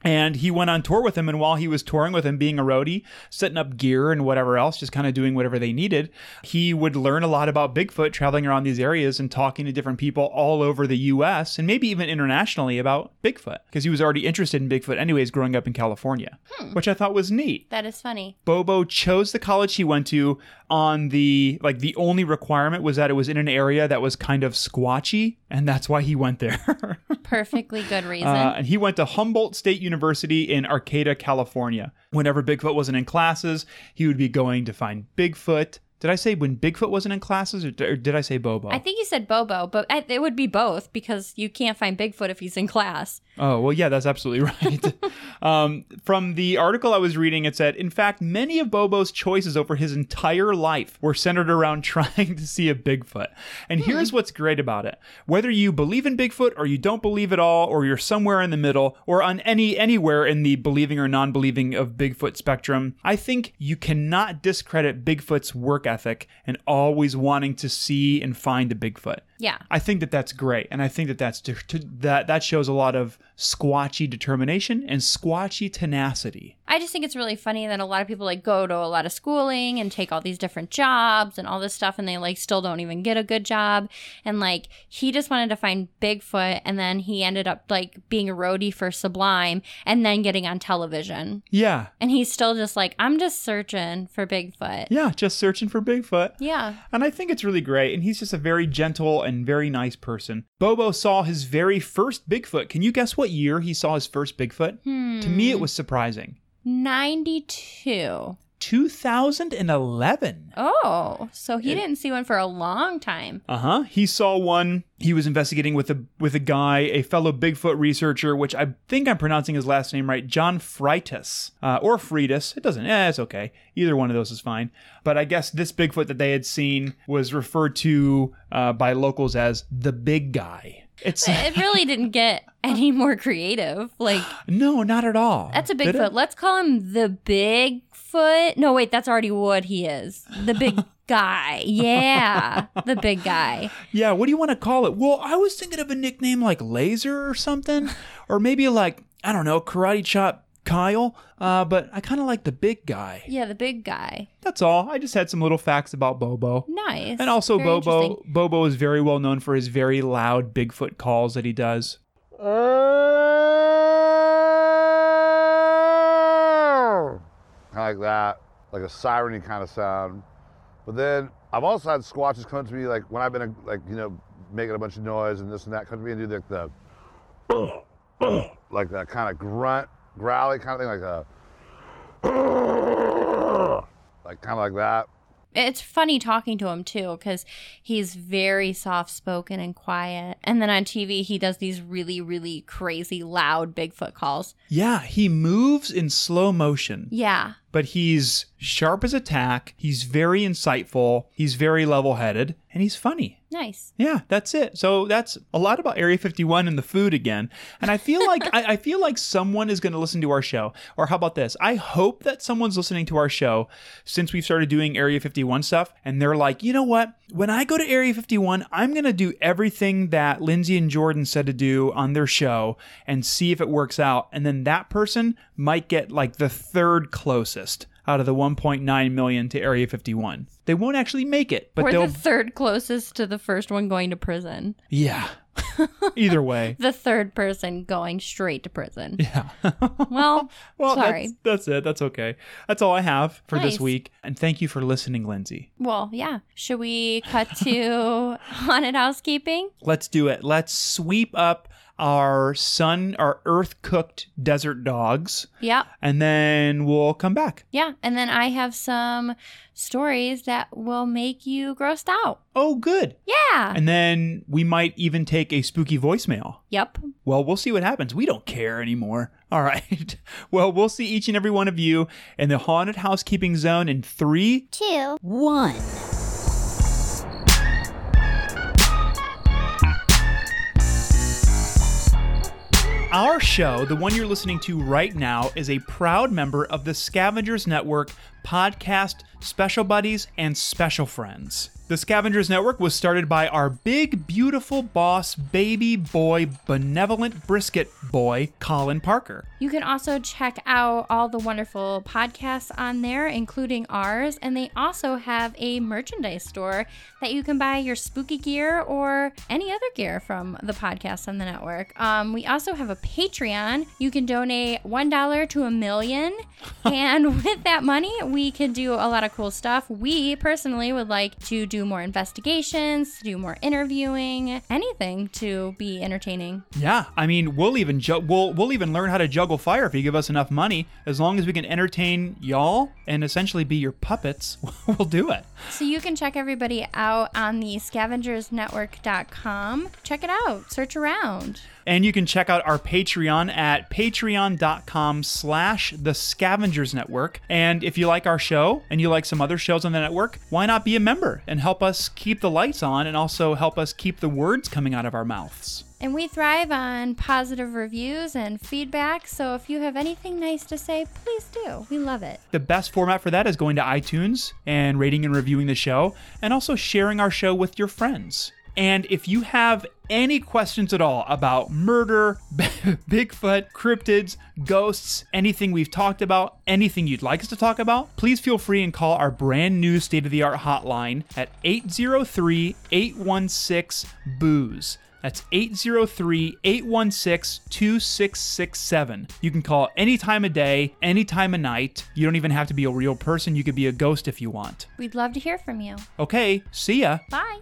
Speaker 1: and he went on tour with him. And while he was touring with him, being a roadie, setting up gear and whatever else, just kind of doing whatever they needed, he would learn a lot about Bigfoot traveling around these areas and talking to different people all over the US and maybe even internationally about Bigfoot because he was already interested in Bigfoot, anyways, growing up in California, which I thought was neat.
Speaker 2: That is funny.
Speaker 1: Bobo chose the college he went to on the like the only requirement was that it was in an area that was kind of squatchy, and that's why he went there.
Speaker 2: Perfectly good reason.
Speaker 1: Uh, and he went to Humboldt State University in Arcata, California. Whenever Bigfoot wasn't in classes, he would be going to find Bigfoot. Did I say when Bigfoot wasn't in classes, or, d- or did I say Bobo?
Speaker 2: I think you said Bobo, but I, it would be both because you can't find Bigfoot if he's in class.
Speaker 1: Oh, well, yeah, that's absolutely right. um, from the article I was reading, it said, in fact, many of Bobo's choices over his entire life were centered around trying to see a Bigfoot. And here's what's great about it. Whether you believe in Bigfoot or you don't believe at all, or you're somewhere in the middle, or on any anywhere in the believing or non-believing of Bigfoot spectrum, I think you cannot discredit Bigfoot's work ethic and always wanting to see and find a Bigfoot.
Speaker 2: Yeah.
Speaker 1: I think that that's great, and I think that that's to, to, that that shows a lot of squatchy determination and squatchy tenacity.
Speaker 2: I just think it's really funny that a lot of people like go to a lot of schooling and take all these different jobs and all this stuff and they like still don't even get a good job. And like he just wanted to find Bigfoot and then he ended up like being a roadie for Sublime and then getting on television.
Speaker 1: Yeah,
Speaker 2: And he's still just like, I'm just searching for Bigfoot.
Speaker 1: yeah, just searching for Bigfoot.
Speaker 2: Yeah.
Speaker 1: And I think it's really great, and he's just a very gentle and very nice person. Bobo saw his very first Bigfoot. Can you guess what year he saw his first Bigfoot? To me, it was surprising.
Speaker 2: 92.
Speaker 1: 2011.
Speaker 2: Oh, so he didn't see one for a long time.
Speaker 1: Uh huh. He saw one. He was investigating with a with a guy, a fellow Bigfoot researcher, which I think I'm pronouncing his last name right, John Freitas uh, or Freitas. It doesn't. Eh, it's okay. Either one of those is fine. But I guess this Bigfoot that they had seen was referred to uh, by locals as the big guy. It's
Speaker 2: It really didn't get any more creative. Like,
Speaker 1: no, not at all.
Speaker 2: That's a
Speaker 1: They
Speaker 2: Bigfoot.
Speaker 1: didn't-
Speaker 2: Let's call him the Bigfoot. No, wait, that's already what he is. The big guy. Yeah, the big guy.
Speaker 1: Yeah. What do you want to call it? Well, I was thinking of a nickname like Laser or something, or maybe like I don't know, Karate Chop Kyle. Uh, but I kind of like the big guy.
Speaker 2: Yeah, the big guy.
Speaker 1: That's all. I just had some little facts about Bobo.
Speaker 2: Nice.
Speaker 1: And also
Speaker 2: Very
Speaker 1: Bobo
Speaker 2: interesting.
Speaker 1: Bobo is very well known for his very loud Bigfoot calls that he does.
Speaker 3: kind of like that, like a siren kind of sound. But then I've also had squatches come up to me, like when I've been uh, like you know making a bunch of noise and this and that, come to me and do like the like that kind of grunt, growly kind of thing, like a like kind of like that.
Speaker 2: It's funny talking to him too because he's very soft spoken and quiet. And then on TV, he does these really, really crazy loud Bigfoot calls.
Speaker 1: Yeah, he moves in slow motion,
Speaker 2: Yeah.
Speaker 1: but he's sharp as a tack. He's very insightful. He's very level headed, and he's funny.
Speaker 2: Nice.
Speaker 1: Yeah, that's it. So that's a lot about Area 51 and the food again. And I feel like I, I feel like someone is going to listen to our show. Or how about this? I hope that someone's listening to our show since we've started doing Area 51 stuff, and they're like, you know what? When I go to Area 51, I'm going to do everything that Lindsay and Jordan said to do on their show and see if it works out. And then that person might get like the third closest out of the 1.9 million to Area 51. They won't actually make it, but
Speaker 2: We're
Speaker 1: they'll
Speaker 2: the third closest to the first one going to prison.
Speaker 1: yeah. Either way.
Speaker 2: The third person going straight to prison. Yeah. well,
Speaker 1: Well,
Speaker 2: sorry.
Speaker 1: That's, that's it. That's okay. That's all I have for this
Speaker 2: Nice.
Speaker 1: week. And thank you for listening, Lindsay.
Speaker 2: Well, yeah. Should we cut to haunted housekeeping?
Speaker 1: Let's do it. Let's sweep up our sun, our earth cooked desert dogs,
Speaker 2: Yep.
Speaker 1: and then we'll come back.
Speaker 2: Yeah. And then I have some stories that will make you grossed out.
Speaker 1: Oh, good.
Speaker 2: Yeah.
Speaker 1: And then we might even take a spooky voicemail.
Speaker 2: Yep.
Speaker 1: Well, we'll see what happens. We don't care anymore. All right. Well, we'll see each and every one of you in the haunted housekeeping zone in three.
Speaker 2: Two.
Speaker 4: one.
Speaker 1: Our show, the one you're listening to right now, is a proud member of the Scavengers Network podcast, Special Buddies, and Special Friends. The Scavengers Network was started by our big, beautiful boss, baby boy, benevolent brisket boy, Colin Parker.
Speaker 2: You can also check out all the wonderful podcasts on there, including ours. And they also have a merchandise store that you can buy your spooky gear or any other gear from the podcast on the network. Um, we also have a Patreon. You can donate $1 to a million. and with that money, we can do a lot of cool stuff. We personally would like to do more investigations, to do more interviewing, anything to be entertaining.
Speaker 1: Yeah, I mean, we'll even ju- we'll we'll even learn how to juggle fire if you give us enough money. As long as we can entertain y'all and essentially be your puppets, we'll do it.
Speaker 2: So you can check everybody out on the scavengersnetwork.com. Check it out. Search around.
Speaker 1: And you can check out our Patreon at patreon.com slash the scavengers network. And if you like our show and you like some other shows on the network, why not be a member and help us keep the lights on and also help us keep the words coming out of our mouths.
Speaker 2: And we thrive on positive reviews and feedback. So if you have anything nice to say, please do. We love it.
Speaker 1: The best format for that is going to iTunes and rating and reviewing the show and also sharing our show with your friends. And if you have any questions at all about murder, Bigfoot, cryptids, ghosts, anything we've talked about, anything you'd like us to talk about, please feel free and call our brand new state of the art hotline at 803 816 BOOZE. That's 803 816 2667. You can call any time of day, any time of night. You don't even have to be a real person. You could be a ghost if you want.
Speaker 2: We'd love to hear from you.
Speaker 1: Okay, see ya.
Speaker 2: Bye.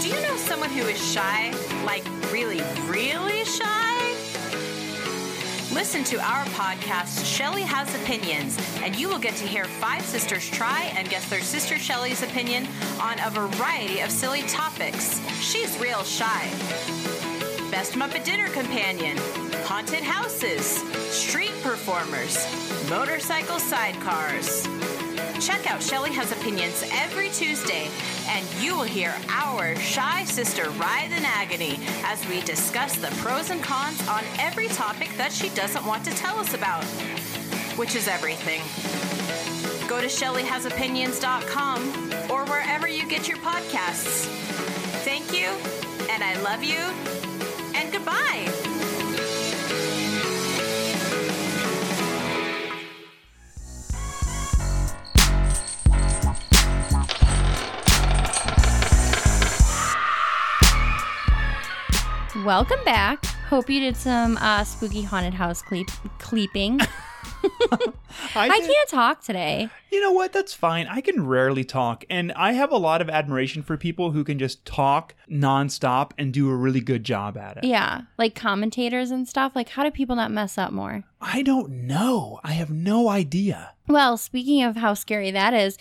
Speaker 5: Do you know someone who is shy? Like, really, really shy? Listen to our podcast, Shelly Has Opinions, and you will get to hear five sisters try and guess their sister Shelly's opinion on a variety of silly topics. She's real shy. Best Muppet Dinner Companion, Haunted Houses, Street Performers, Motorcycle Sidecars. Check out Shelly Has Opinions every Tuesday, and you will hear our shy sister writhe in agony as we discuss the pros and cons on every topic that she doesn't want to tell us about, which is everything. Go to ShellyHasOpinions.com or wherever you get your podcasts. Thank you, and I love you, and goodbye.
Speaker 2: Welcome back. Hope you did some uh, spooky haunted house cleep- cleeping. I
Speaker 1: did-
Speaker 2: can't talk today.
Speaker 1: You know what? That's fine. I can rarely talk. And I have a lot of admiration for people who can just talk nonstop and do a really good job at it.
Speaker 2: Yeah. Like commentators and stuff. Like, how do people not mess up more?
Speaker 1: I don't know. I have no idea.
Speaker 2: Well, speaking of how scary that is,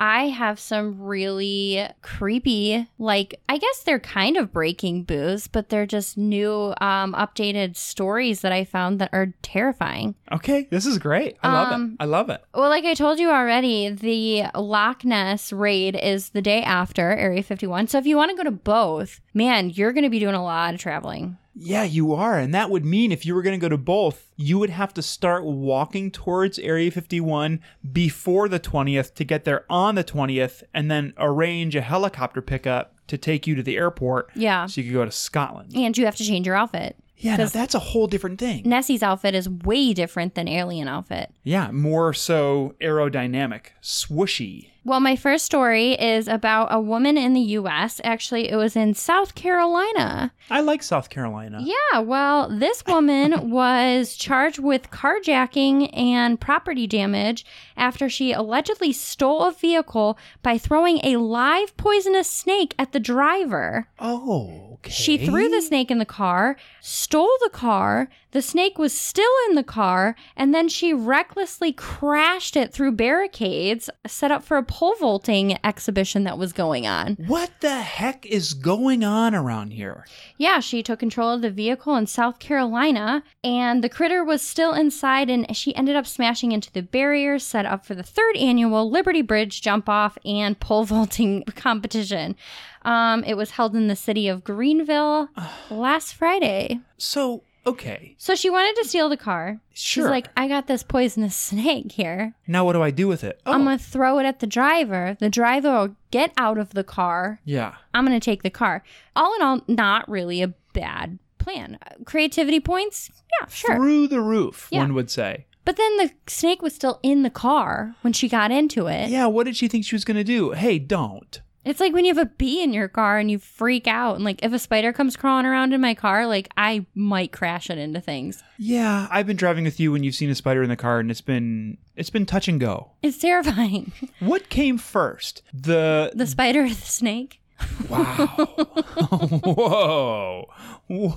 Speaker 2: I have some really creepy, like, I guess they're kind of breaking booze, but they're just new, um, updated stories that I found that are terrifying.
Speaker 1: Okay, this is great. I love
Speaker 2: Um,
Speaker 1: it. I love it.
Speaker 2: Well, like I told you already, the Loch Ness raid is the day after Area 51. So if you want to go to both, man, you're going to be doing a lot of traveling.
Speaker 1: Yeah, you are. And that would mean if you were going to go to both, you would have to start walking towards Area 51 before the 20th to get there on the 20th and then arrange a helicopter pickup to take you to the airport
Speaker 2: Yeah.
Speaker 1: so you could go to Scotland.
Speaker 2: And you have to change your outfit.
Speaker 1: Yeah, now that's a whole different thing.
Speaker 2: Nessie's outfit is way different than Alien outfit.
Speaker 1: Yeah, more so aerodynamic, swooshy.
Speaker 2: Well, my first story is about a woman in the US. Actually, it was in South Carolina.
Speaker 1: I like South Carolina.
Speaker 2: Yeah, well, this woman was charged with carjacking and property damage after she allegedly stole a vehicle by throwing a live poisonous snake at the driver.
Speaker 1: Oh, okay.
Speaker 2: She threw the snake in the car, stole the car, the snake was still in the car, and then she recklessly crashed it through barricades set up for a pole vaulting exhibition that was going on.
Speaker 1: What the heck is going on around here?
Speaker 2: Yeah, she took control of the vehicle in South Carolina, and the critter was still inside, and she ended up smashing into the barrier set up for the third annual Liberty Bridge jump off and pole vaulting competition. Um, it was held in the city of Greenville last Friday.
Speaker 1: So, okay,
Speaker 2: So she wanted to steal the car.
Speaker 1: sure.
Speaker 2: She's like, I got this poisonous snake here.
Speaker 1: now what do I do with it? Oh,
Speaker 2: I'm going to throw it at the driver. The driver will get out of the car.
Speaker 1: yeah.
Speaker 2: I'm going to take the car. All in all, not really a bad plan. Uh, Creativity points? Yeah, sure.
Speaker 1: through the roof,
Speaker 2: Yeah.
Speaker 1: one would say.
Speaker 2: But then the snake was still in the car when she got into it.
Speaker 1: Yeah, what did she think she was going to do? Hey, don't.
Speaker 2: It's like when you have a bee in your car and you freak out. And like if a spider comes crawling around in my car, like I might crash it into things.
Speaker 1: Yeah, I've been driving with you when you've seen a spider in the car and it's been it's been touch and go.
Speaker 2: It's terrifying.
Speaker 1: What came first? The
Speaker 2: the spider or the snake?
Speaker 1: wow. Whoa. Whoa.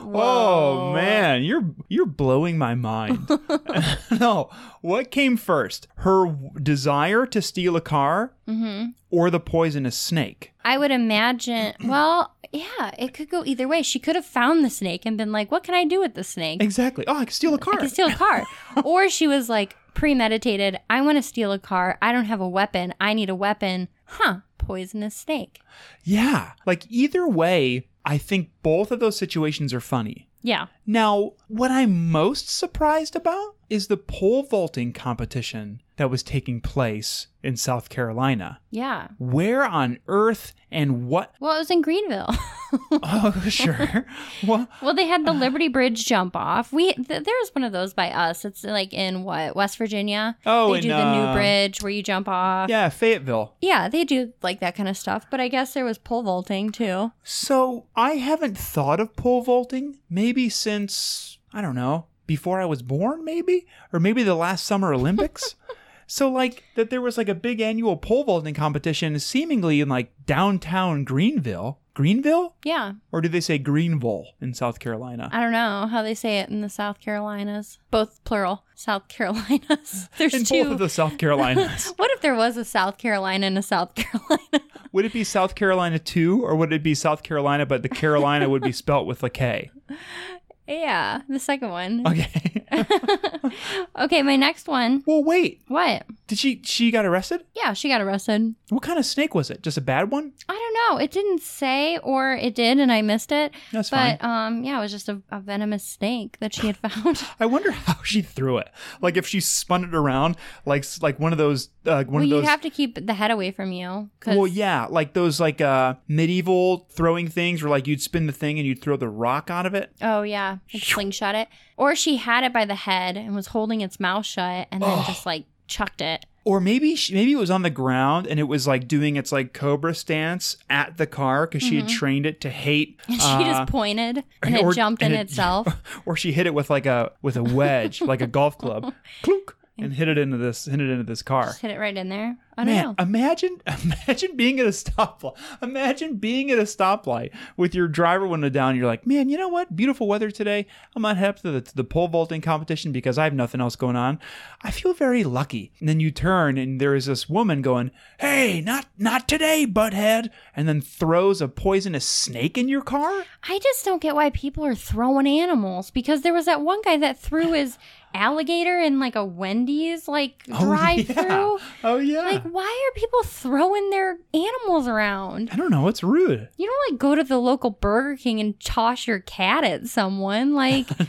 Speaker 1: Oh man, you're you're blowing my mind. no, what came first? Her w- desire to steal a car
Speaker 2: Mm-hmm.
Speaker 1: or the poisonous snake?
Speaker 2: I would imagine. Well, yeah, it could go either way. She could have found the snake and been like, "What can I do with the snake?
Speaker 1: Exactly. Oh, I can steal a car.
Speaker 2: I can steal a car." or she was like, premeditated. I want to steal a car. I don't have a weapon. I need a weapon. Huh? Poisonous snake.
Speaker 1: Yeah. Like either way, I think both of those situations are funny.
Speaker 2: Yeah.
Speaker 1: Now, what I'm most surprised about is the pole vaulting competition that was taking place in South Carolina.
Speaker 2: Yeah.
Speaker 1: Where on earth and what?
Speaker 2: Well, it was in Greenville.
Speaker 1: Oh, sure. Well,
Speaker 2: well, they had the Liberty Bridge jump off. We th- there's one of those by us. It's like in what West Virginia.
Speaker 1: Oh,
Speaker 2: they
Speaker 1: in,
Speaker 2: do the
Speaker 1: uh,
Speaker 2: new bridge where you jump off.
Speaker 1: yeah, Fayetteville.
Speaker 2: yeah, they do like that kind of stuff. But I guess there was pole vaulting too.
Speaker 1: So I haven't thought of pole vaulting maybe since, I don't know, before I was born, maybe? Or maybe the last Summer Olympics? so, like, that there was like a big annual pole vaulting competition seemingly in like downtown Greenville. Greenville?
Speaker 2: Yeah,
Speaker 1: Or do they say Greenville in South Carolina?
Speaker 2: I don't know how they say it in the South Carolinas. Both plural, South Carolinas. There's
Speaker 1: in
Speaker 2: two.
Speaker 1: both of the South Carolinas.
Speaker 2: What if there was a South Carolina and a South Carolina?
Speaker 1: would it be South Carolina 2 or would it be South Carolina, but the Carolina would be spelt with a K?
Speaker 2: yeah, the second one.
Speaker 1: Okay.
Speaker 2: okay, my next one.
Speaker 1: well, wait.
Speaker 2: What?
Speaker 1: Did she, she got arrested?
Speaker 2: Yeah, she got arrested.
Speaker 1: What kind of snake was it? Just a bad one?
Speaker 2: I don't know. It didn't say, or it did, and I missed it.
Speaker 1: That's
Speaker 2: but um, yeah, it was just a, a venomous snake that she had found.
Speaker 1: I wonder how she threw it. Like if she spun it around, like like one of those, uh, one
Speaker 2: well,
Speaker 1: of
Speaker 2: you'd
Speaker 1: those.
Speaker 2: have to keep the head away from you. 'cause-
Speaker 1: well, yeah, like those like uh, medieval throwing things, where like you'd spin the thing and you'd throw the rock out of it.
Speaker 2: Oh yeah, like slingshot it, or she had it by the head and was holding its mouth shut, and then just like chucked it.
Speaker 1: Or maybe she, maybe it was on the ground and it was like doing its like cobra stance at the car because she had trained it to hate.
Speaker 2: Mm-hmm. And she
Speaker 1: uh,
Speaker 2: just pointed, and it
Speaker 1: or-
Speaker 2: jumped in
Speaker 1: and it-
Speaker 2: itself.
Speaker 1: or she hit it with like a with a wedge, like a golf club, clunk, and hit it into this hit it into this car.
Speaker 2: Just hit it right in there. I don't
Speaker 1: Man,
Speaker 2: know.
Speaker 1: imagine imagine being at a stoplight. Imagine being at a stoplight with your driver window down. You're like, man, you know what? Beautiful weather today. I might head up to the, to the pole vaulting competition because I have nothing else going on. I feel very lucky. And then you turn and there is this woman going, hey, not not today, butthead, and then throws a poisonous snake in your car.
Speaker 2: I just don't get why people are throwing animals because there was that one guy that threw his alligator in like a Wendy's like
Speaker 1: Oh,
Speaker 2: drive through.
Speaker 1: Yeah. Oh yeah.
Speaker 2: Like, why are people throwing their animals around?
Speaker 1: I don't know. It's rude.
Speaker 2: You don't like go to the local Burger King and toss your cat at someone. Like,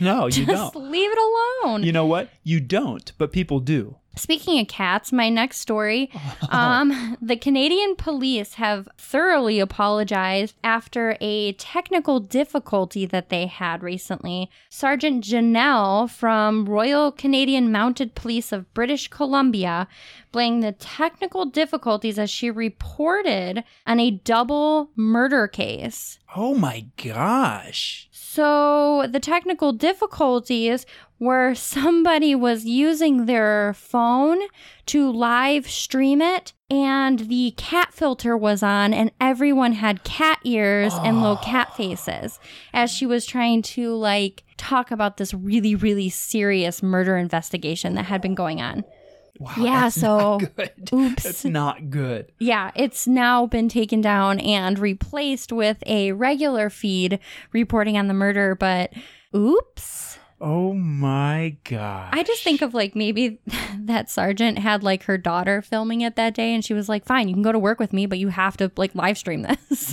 Speaker 1: No, you
Speaker 2: just
Speaker 1: don't.
Speaker 2: leave it alone.
Speaker 1: You know what? You don't, but people do.
Speaker 2: Speaking of cats, my next story. Um, the Canadian police have thoroughly apologized after a technical difficulty that they had recently. Sergeant Janelle from Royal Canadian Mounted Police of British Columbia blamed the technical difficulties as she reported on a double murder case.
Speaker 1: Oh my gosh.
Speaker 2: So the technical difficulties were somebody was using their phone to live stream it and the cat filter was on and everyone had cat ears and low cat faces as she was trying to like talk about this really really serious murder investigation that had been going on.
Speaker 1: Wow,
Speaker 2: Yeah,
Speaker 1: that's
Speaker 2: so
Speaker 1: not good.
Speaker 2: oops.
Speaker 1: That's not good.
Speaker 2: Yeah, it's now been taken down and replaced with a regular feed reporting on the murder, but oops.
Speaker 1: Oh my god.
Speaker 2: I just think of like maybe that sergeant had like her daughter filming it that day and she was like, fine, you can go to work with me, but you have to like live stream this.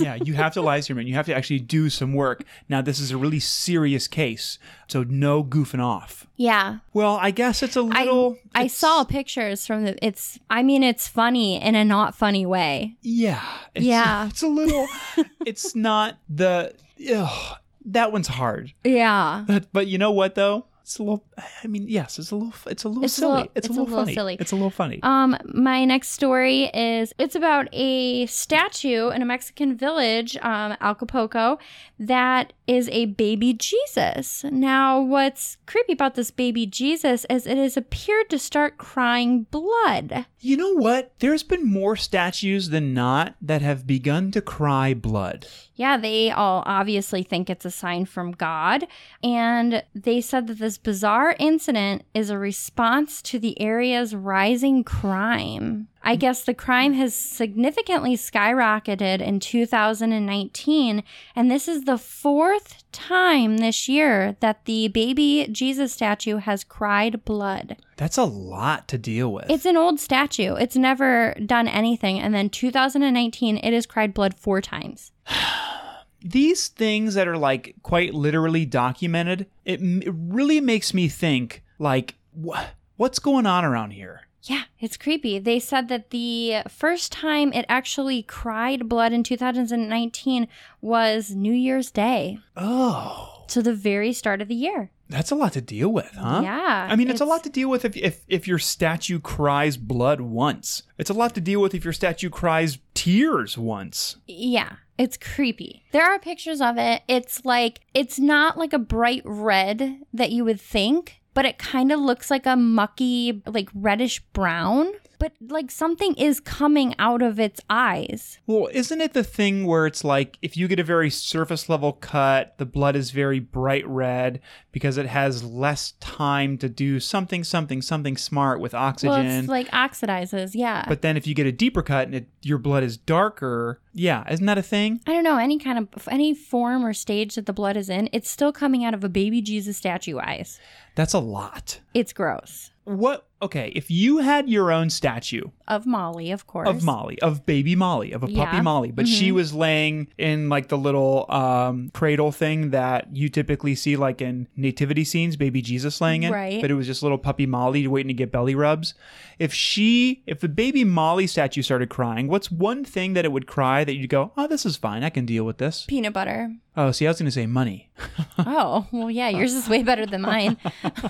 Speaker 1: yeah, you have to live stream it. You have to actually do some work. Now this is a really serious case, so no goofing off.
Speaker 2: Yeah.
Speaker 1: Well, I guess it's a little.
Speaker 2: I, I
Speaker 1: it's-
Speaker 2: saw pictures from the, it's, I mean, it's funny in a not funny way.
Speaker 1: Yeah. It's,
Speaker 2: Yeah.
Speaker 1: It's a little. it's not the. Ugh, that one's hard.
Speaker 2: Yeah.
Speaker 1: But but you know what though? It's a little. I mean, yes, it's a little. It's a little
Speaker 2: It's a
Speaker 1: silly.
Speaker 2: little-
Speaker 1: it's, a little, funny.
Speaker 2: silly.
Speaker 1: It's a little funny.
Speaker 2: Um, my next story is it's about a statue in a Mexican village, um, Acapulco, that is a baby Jesus. Now, what's creepy about this baby Jesus is it has appeared to start crying blood.
Speaker 1: you know what? There's been more statues than not that have begun to cry blood.
Speaker 2: Yeah, they all obviously think it's a sign from God. And they said that this bizarre incident is a response to the area's rising crime. I guess the crime has significantly skyrocketed in 2019. And this is the fourth time this year that the baby Jesus statue has cried blood.
Speaker 1: That's a lot to deal with.
Speaker 2: It's an old statue, it's never done anything. And then 2019, it has cried blood four times.
Speaker 1: These things that are like quite literally documented, it, m- it really makes me think like wh- what's going on around here?
Speaker 2: Yeah, it's creepy. They said that the first time it actually cried blood in 2019 was New Year's Day.
Speaker 1: Oh,
Speaker 2: So the very start of the year.
Speaker 1: that's a lot to deal with, huh?
Speaker 2: Yeah,
Speaker 1: I mean, it's, a
Speaker 2: it's-
Speaker 1: lot to deal with if, if if your statue cries blood once. It's a lot to deal with if your statue cries tears once.
Speaker 2: Yeah, it's creepy. There are pictures of it. It's like, it's not like a bright red that you would think, but it kind of looks like a mucky, like reddish brown. But like something is coming out of its eyes.
Speaker 1: Well, isn't it the thing where it's like if you get a very surface level cut, the blood is very bright red because it has less time to do something, something, something smart with
Speaker 2: Well,
Speaker 1: oxygen.
Speaker 2: it's like oxidizes. Yeah.
Speaker 1: but then if you get a deeper cut and it, your blood is darker, yeah, isn't that a thing?
Speaker 2: I don't know any kind of any form or stage that the blood is in. It's still coming out of a baby Jesus statue eyes.
Speaker 1: That's a lot.
Speaker 2: It's gross.
Speaker 1: What? Okay, if you had your own statue
Speaker 2: Of Molly, of course.
Speaker 1: of Molly, of baby Molly, of a
Speaker 2: Yeah. Mm-hmm.
Speaker 1: puppy Molly, but she was laying in like the little um, cradle thing that you typically see like in nativity scenes, baby Jesus laying in.
Speaker 2: Right.
Speaker 1: But it was just little puppy Molly waiting to get belly rubs. If she, if the baby Molly statue started crying, what's one thing that it would cry that you'd go, oh, this is fine, I can deal with this?
Speaker 2: Peanut butter.
Speaker 1: Oh, see, I was going to say money.
Speaker 2: Oh, well, yeah, yours is way better than mine.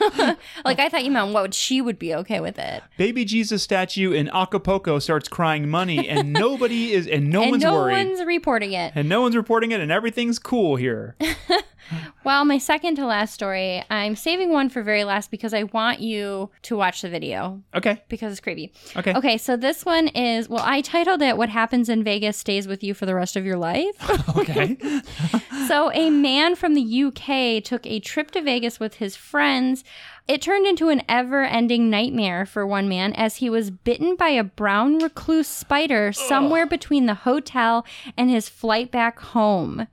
Speaker 2: like, I thought you meant what would- she would be okay with it.
Speaker 1: Baby Jesus statue in Acapulco starts crying money, and nobody is, and no
Speaker 2: and
Speaker 1: one's
Speaker 2: no
Speaker 1: worried.
Speaker 2: one's reporting it.
Speaker 1: and no one's reporting it, and everything's cool here.
Speaker 2: Well, my second to last story, I'm saving one for very last because I want you to watch the video
Speaker 1: Okay.
Speaker 2: because it's creepy.
Speaker 1: Okay.
Speaker 2: Okay, so this one is, well, I titled it What Happens in Vegas Stays With You for the Rest of Your Life.
Speaker 1: Okay.
Speaker 2: so, a man from the UK took a trip to Vegas with his friends. It turned into an ever ending nightmare for one man as he was bitten by a brown recluse spider somewhere between the hotel and his flight back home.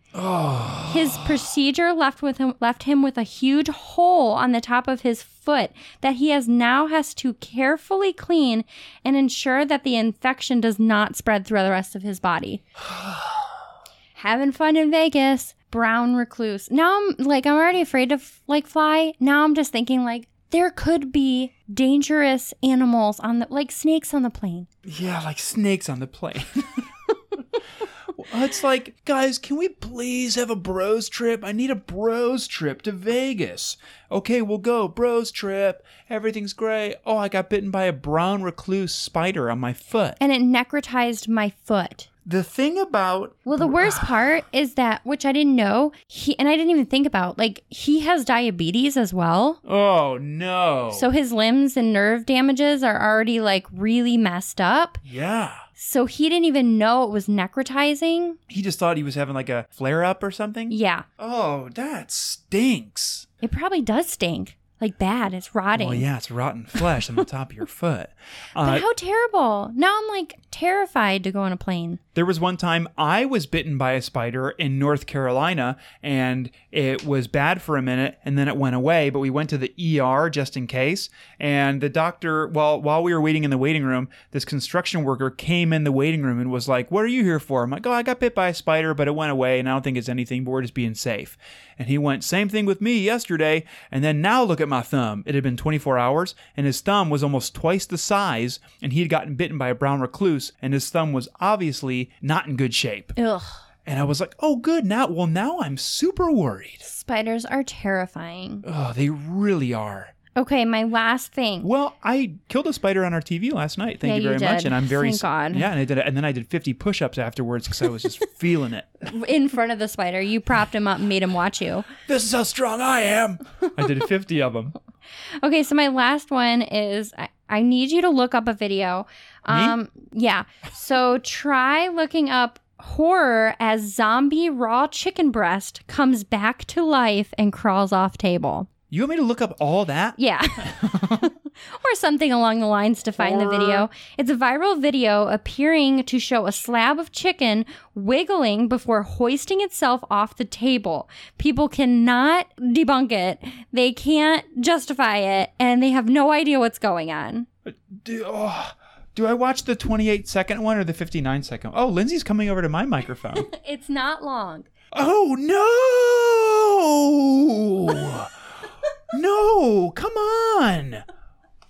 Speaker 2: His procedure left with him left him with a huge hole on the top of his foot that he has now has to carefully clean and ensure that the infection does not spread through the rest of his body. Having fun in Vegas, brown recluse. Now I'm like I'm already afraid to like fly. Now I'm just thinking like there could be dangerous animals on the like snakes on the plane.
Speaker 1: yeah, like snakes on the plane. Well, It's like, guys, can we please have a bros trip? I need a bros trip to Vegas. Okay, we'll go. Bros trip. Everything's great. Oh, I got bitten by a brown recluse spider on my foot.
Speaker 2: And it necrotized my foot.
Speaker 1: The thing about
Speaker 2: Well, the worst part is that, which I didn't know, he and I didn't even think about. Like he has diabetes as well,
Speaker 1: Oh no.
Speaker 2: so his limbs and nerve damages are already like really messed up.
Speaker 1: yeah.
Speaker 2: So he didn't even know it was necrotizing.
Speaker 1: He just thought he was having like a flare up or something.
Speaker 2: Yeah,
Speaker 1: Oh, that stinks.
Speaker 2: it probably does stink like bad. It's rotting.
Speaker 1: Well, yeah, it's rotten flesh on the top of your foot. Uh,
Speaker 2: But how terrible! Now I'm like terrified to go on a plane.
Speaker 1: there was one time I was bitten by a spider in North Carolina, and it was bad for a minute, and then it went away. But we went to the ER just in case, and the doctor, while while we were waiting in the waiting room, this construction worker came in the waiting room and was like, "What are you here for?" I'm like, "Oh, I got bit by a spider, but it went away, and I don't think it's anything. But we're just being safe." And he went, "Same thing with me yesterday, and then now look at my thumb. It had been 24 hours, and his thumb was almost twice the size, and he had gotten bitten by a brown recluse, and his thumb was obviously not in good shape.
Speaker 2: Ugh,
Speaker 1: And I was like, oh, good. Now, well, now I'm super worried.
Speaker 2: spiders are terrifying.
Speaker 1: Oh, they really are.
Speaker 2: Okay, my last thing.
Speaker 1: Well, I killed a spider on our TV last night. Thank
Speaker 2: Yeah,
Speaker 1: you very
Speaker 2: you
Speaker 1: much,
Speaker 2: did.
Speaker 1: and I'm very
Speaker 2: Thank God.
Speaker 1: Yeah, and I did, it, and then I did 50 push-ups afterwards because I was just feeling it.
Speaker 2: In front of the spider, you propped him up and made him watch you.
Speaker 1: This is how strong I am. I did 50 of them.
Speaker 2: Okay, so my last one is I, I need you to look up a video. Um yeah. So try looking up horror as zombie raw chicken breast comes back to life and crawls off table.
Speaker 1: You want me to look up all that?
Speaker 2: Yeah. or something along the lines to find the video. It's a viral video appearing to show a slab of chicken wiggling before hoisting itself off the table. People cannot debunk it, they can't justify it, and they have no idea what's going on.
Speaker 1: Do, oh, do I watch the 28 second one or the 59 second? Oh, Lindsay's coming over to my microphone.
Speaker 2: It's not long.
Speaker 1: oh, no! no, come on!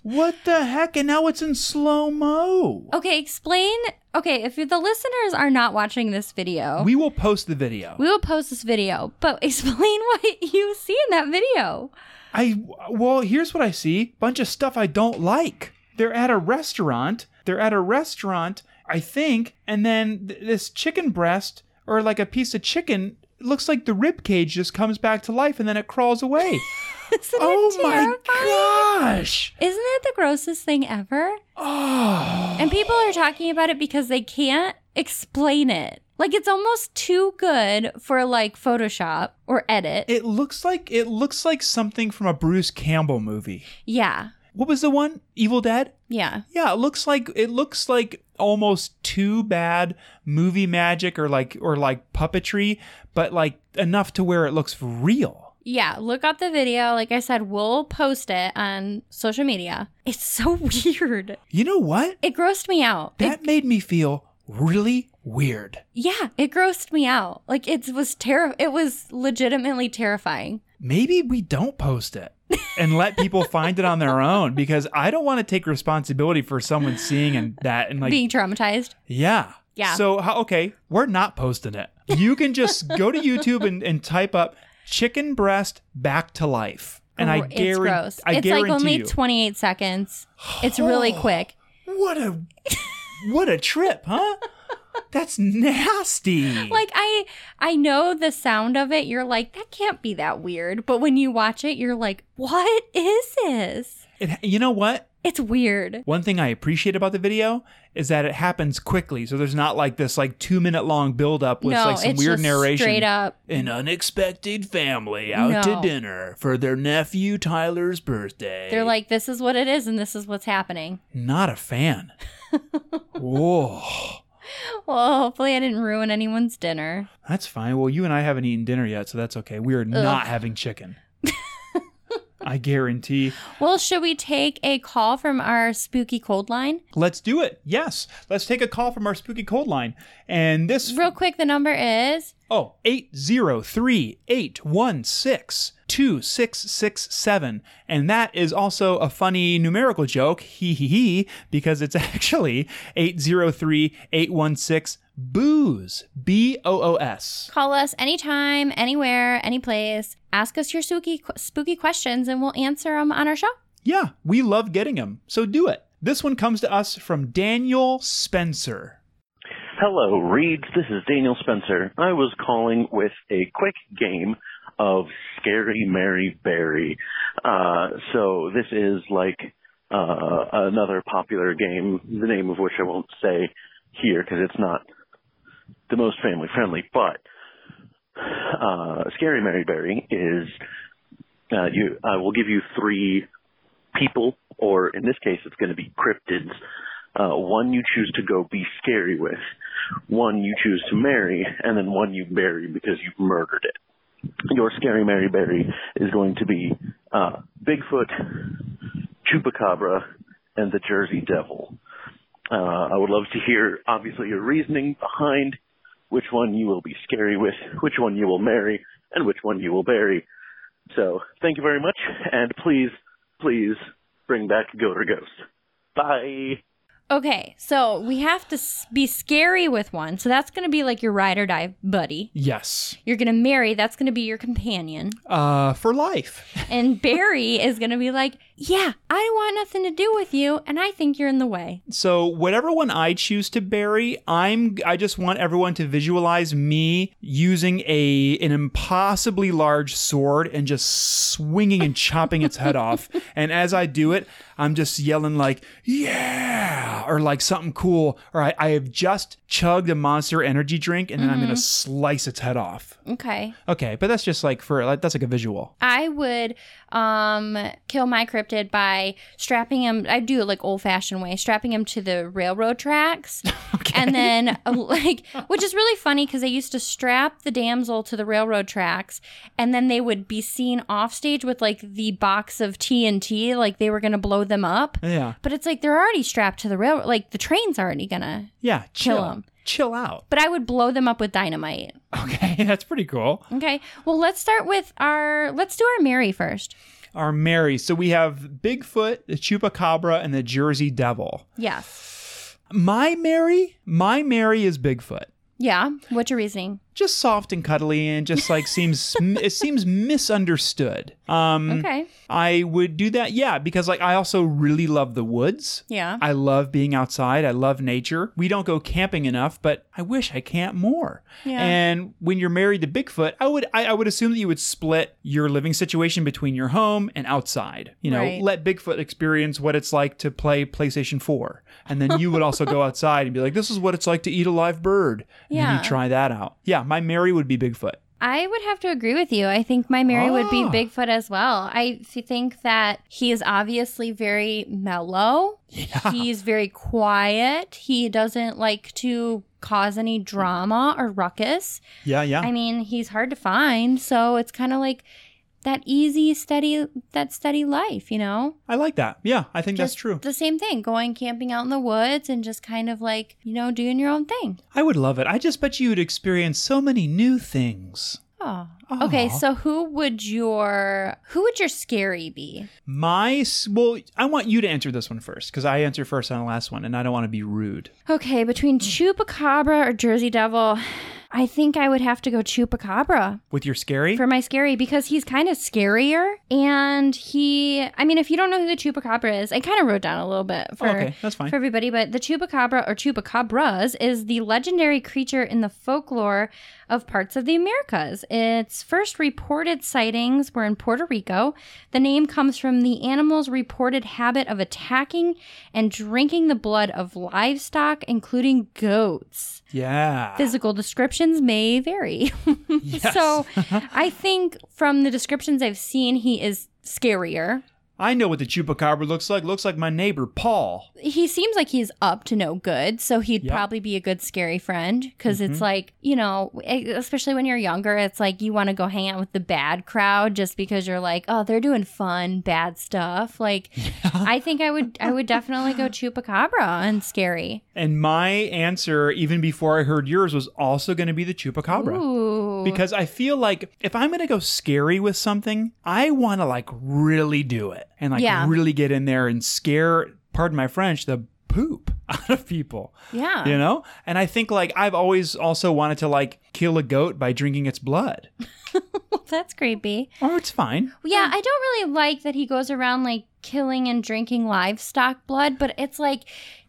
Speaker 1: What the heck? And now it's in slow mo.
Speaker 2: Okay, explain. Okay, if the listeners are not watching this video, we,
Speaker 1: We will post the video.
Speaker 2: will post this video, but explain what you see in that video.
Speaker 1: I well, here's what I see: bunch of stuff I don't like. They're at a restaurant. They're at a restaurant, I think, and then th- this chicken breast or like a piece of chicken it looks like the rib cage just comes back to life and then it crawls away.
Speaker 2: Isn't
Speaker 1: oh
Speaker 2: it
Speaker 1: my
Speaker 2: terrifying?
Speaker 1: gosh!
Speaker 2: Isn't it the grossest thing ever?
Speaker 1: Oh,
Speaker 2: And people are talking about it because they can't explain it. Like it's almost too good for like Photoshop or edit.
Speaker 1: it looks like it looks like something from a Bruce Campbell movie.
Speaker 2: yeah.
Speaker 1: What was the one? Evil Dead.
Speaker 2: Yeah.
Speaker 1: Yeah, it looks like it looks like almost too bad movie magic or like or like puppetry, but like enough to where it looks real.
Speaker 2: Yeah, look up the video. Like I said, we'll post it on social media. It's so weird.
Speaker 1: You know what?
Speaker 2: It grossed me out. It-
Speaker 1: That made me feel really weird.
Speaker 2: yeah, it grossed me out. Like it was terror it was legitimately terrifying.
Speaker 1: Maybe we don't post it and let people find it on their own because I don't want to take responsibility for someone seeing and that and like
Speaker 2: Being traumatized.
Speaker 1: Yeah.
Speaker 2: Yeah.
Speaker 1: So how, okay, we're not posting it. You can just go to YouTube and, and type up chicken breast back to life. And I
Speaker 2: Gr- Oh, it's
Speaker 1: guarantee
Speaker 2: gross.
Speaker 1: I
Speaker 2: it's
Speaker 1: guarantee
Speaker 2: like only
Speaker 1: you.
Speaker 2: 28 seconds. It's really quick.
Speaker 1: what a what a trip, huh? That's nasty.
Speaker 2: Like I I know the sound of it, you're like, that can't be that weird. But when you watch it, you're like, what is this?
Speaker 1: It, you know what?
Speaker 2: It's weird.
Speaker 1: One thing I appreciate about the video is that it happens quickly. So there's not like this like two minute long build up with
Speaker 2: no,
Speaker 1: like some
Speaker 2: it's
Speaker 1: weird
Speaker 2: just
Speaker 1: narration.
Speaker 2: straight up.
Speaker 1: An unexpected family out
Speaker 2: No.
Speaker 1: to dinner for their nephew Tyler's birthday.
Speaker 2: They're like, this is what it is, and this is what's happening.
Speaker 1: not a fan. Whoa.
Speaker 2: Well, hopefully I didn't ruin anyone's dinner.
Speaker 1: That's fine. Well, you and I haven't eaten dinner yet, so that's okay. We are not having chicken. I guarantee.
Speaker 2: Well, should we take a call from our spooky cold line?
Speaker 1: Let's do it. Yes. Let's take a call from our spooky cold line. And this
Speaker 2: Real quick, the number is
Speaker 1: Oh, 803 816 2667. And that is also a funny numerical joke, hee hee hee, because it's actually 803 816 BOOZE, B O O S.
Speaker 2: call us anytime, anywhere, any place. Ask us your spooky spooky questions, and we'll answer them on our show.
Speaker 1: Yeah, we love getting them, so do it. This one comes to us from Daniel Spencer.
Speaker 4: Hello, Reeds. This is Daniel Spencer. I was calling with a quick game of Scary Mary Berry. Uh, so this is like uh, another popular game, the name of which I won't say here because it's not the most family friendly. But uh, Scary Mary Berry is uh, you. I will give you three people, or in this case, it's going to be cryptids. Uh, one you choose to go be scary with, one you choose to marry, and then one you bury because you murdered it. Your scary Mary Berry is going to be uh, Bigfoot, Chupacabra, and the Jersey Devil. Uh, I would love to hear, obviously, your reasoning behind which one you will be scary with, which one you will marry, and which one you will bury. So, thank you very much, and please, please bring back Goater Ghost. Bye.
Speaker 2: Okay, so we have to s- be scary with one. So that's going to be like your ride or die buddy.
Speaker 1: Yes.
Speaker 2: You're going to marry, that's going to be your companion.
Speaker 1: Uh, for life.
Speaker 2: And Barry is going to be like, Yeah, I don't want nothing to do with you, and I think you're in the way.
Speaker 1: So whatever one I choose to bury, I'm I just want everyone to visualize me using a an impossibly large sword and just swinging and chopping its head off. And as I do it, I'm just yelling like "Yeah!" or like something cool. Or I, I have just chugged a Monster Energy drink and then I'm gonna slice its head off.
Speaker 2: Okay.
Speaker 1: Okay, but that's just like for like, that's like a visual.
Speaker 2: I would um, kill my cryptid by strapping him. I do it like old fashioned way, strapping him to the railroad tracks, and then uh, like, which is really funny because they used to strap the damsel to the railroad tracks, and then they would be seen off stage with like the box of TNT, like they were gonna blow them up.
Speaker 1: Yeah,
Speaker 2: But it's like they're already strapped to the railroad, like the train's already gonna.
Speaker 1: yeah. Chill,
Speaker 2: 'em.
Speaker 1: chill out.
Speaker 2: But I would blow them up with dynamite.
Speaker 1: Okay, that's pretty cool.
Speaker 2: Okay, well let's start with our let's do our Mary first.
Speaker 1: are Mary. So we have Bigfoot, the Chupacabra, and the Jersey Devil.
Speaker 2: Yes.
Speaker 1: My Mary, my Mary is Bigfoot.
Speaker 2: Yeah. What's your reasoning?
Speaker 1: Just soft and cuddly, and just like seems it seems misunderstood. Um,
Speaker 2: Okay.
Speaker 1: I would do that, yeah, because like I also really love the woods.
Speaker 2: Yeah.
Speaker 1: I love being outside. I love nature. We don't go camping enough, but I wish I camp more.
Speaker 2: Yeah.
Speaker 1: And when you're married to Bigfoot, I would I, I would assume that you would split your living situation between your home and outside. You know,
Speaker 2: Right.
Speaker 1: let Bigfoot experience what it's like to play PlayStation 4. And then you would also go outside and be like, this is what it's like to eat a live bird. And then
Speaker 2: Yeah.
Speaker 1: you try that out. Yeah, my Mary would be Bigfoot.
Speaker 2: I would have to agree with you. I think my Mary would be
Speaker 1: Ah.
Speaker 2: Bigfoot as well. I f- think that he is obviously very mellow.
Speaker 1: Yeah.
Speaker 2: He's very quiet. He doesn't like to cause any drama or ruckus.
Speaker 1: Yeah, yeah.
Speaker 2: I mean, he's hard to find, so it's kind of like that easy, steady, that steady life, you know?
Speaker 1: I like that. Yeah, I think that's
Speaker 2: Just
Speaker 1: true.
Speaker 2: The same thing, going camping out in the woods and just kind of like, you know, doing your own thing.
Speaker 1: I would love it. I just bet you would experience so many new things.
Speaker 2: Oh. Okay,
Speaker 1: Aw.
Speaker 2: so who would your who would your scary be?
Speaker 1: My s- well, I want you to answer this one first because I answered first on the last one, and I don't want to be rude.
Speaker 2: Okay, between Chupacabra or Jersey Devil, I think I would have to go Chupacabra
Speaker 1: with your scary?
Speaker 2: for my scary because he's kind of scarier. And he, I mean, if you don't know who the Chupacabra is, I kind of wrote down a little bit for,
Speaker 1: okay, that's fine.
Speaker 2: for everybody, but the Chupacabra or Chupacabras is the legendary creature in the folklore of parts of the Americas. Its first reported sightings were in Puerto Rico. The name comes from the animal's reported habit of attacking and drinking the blood of livestock, including goats
Speaker 1: yeah.
Speaker 2: physical descriptions may vary. so I think from the descriptions I've seen, he is scarier.
Speaker 1: I know what the chupacabra looks like. Looks like my neighbor Paul.
Speaker 2: He seems like he's up to no good, so he'd
Speaker 1: Yeah.
Speaker 2: probably be a good scary friend because
Speaker 1: Mm-hmm.
Speaker 2: it's like, you know, e, especially when you're younger, it's like you want to go hang out with the bad crowd just because you're like, oh, they're doing fun, bad stuff. Like, I think I would, I would definitely go chupacabra and scary.
Speaker 1: And my answer, even before I heard yours, was also going to be the chupacabra.
Speaker 2: Ooh.
Speaker 1: Because I feel like if I'm going to go scary with something, I want to like really do it and like
Speaker 2: Yeah.
Speaker 1: really get in there and scare, pardon my French, the poop out of people.
Speaker 2: yeah.
Speaker 1: You know? And I think like I've always also wanted to like kill a goat by drinking its blood.
Speaker 2: That's creepy.
Speaker 1: Or it's fine.
Speaker 2: Yeah, I don't really like that he goes around like killing and drinking livestock blood, but it's like,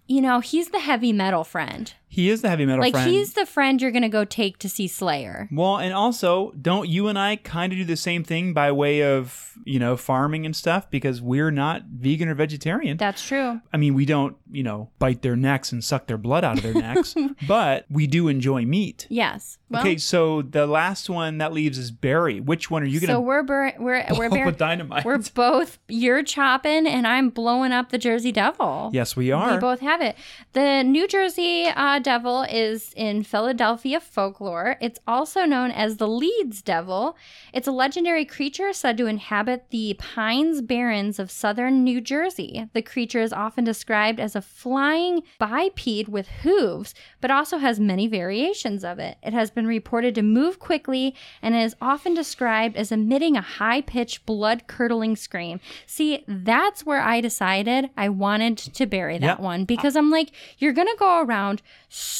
Speaker 2: you know, he's the heavy metal friend.
Speaker 1: He is the heavy metal
Speaker 2: like
Speaker 1: friend.
Speaker 2: he's the friend you're gonna go take to see Slayer.
Speaker 1: Well, and also, don't you and I kind of do the same thing by way of, you know, farming and stuff because we're not vegan or vegetarian.
Speaker 2: That's true.
Speaker 1: I mean, we don't, you know, bite their necks and suck their blood out of their necks, but we do enjoy meat.
Speaker 2: Yes. Well,
Speaker 1: okay, so the last one that leaves is berry. Which one are you going to
Speaker 2: so we're bur- we're we're
Speaker 1: blow
Speaker 2: bur-
Speaker 1: with dynamite?
Speaker 2: we're both you're chopping and I'm blowing up the Jersey Devil.
Speaker 1: yes, we
Speaker 2: We
Speaker 1: are.
Speaker 2: both have it. The New Jersey uh, Devil is in Philadelphia folklore. It's also known as the Leeds Devil. It's a legendary creature said to inhabit the Pines Barrens of southern New Jersey. The creature is often described as a flying biped with hooves, but also has many variations of it. It has been reported to move quickly and is often described as emitting a high pitched, blood curdling scream. See, that's where I decided I wanted to bury that
Speaker 1: Yep.
Speaker 2: one because I'm like, you're going to go around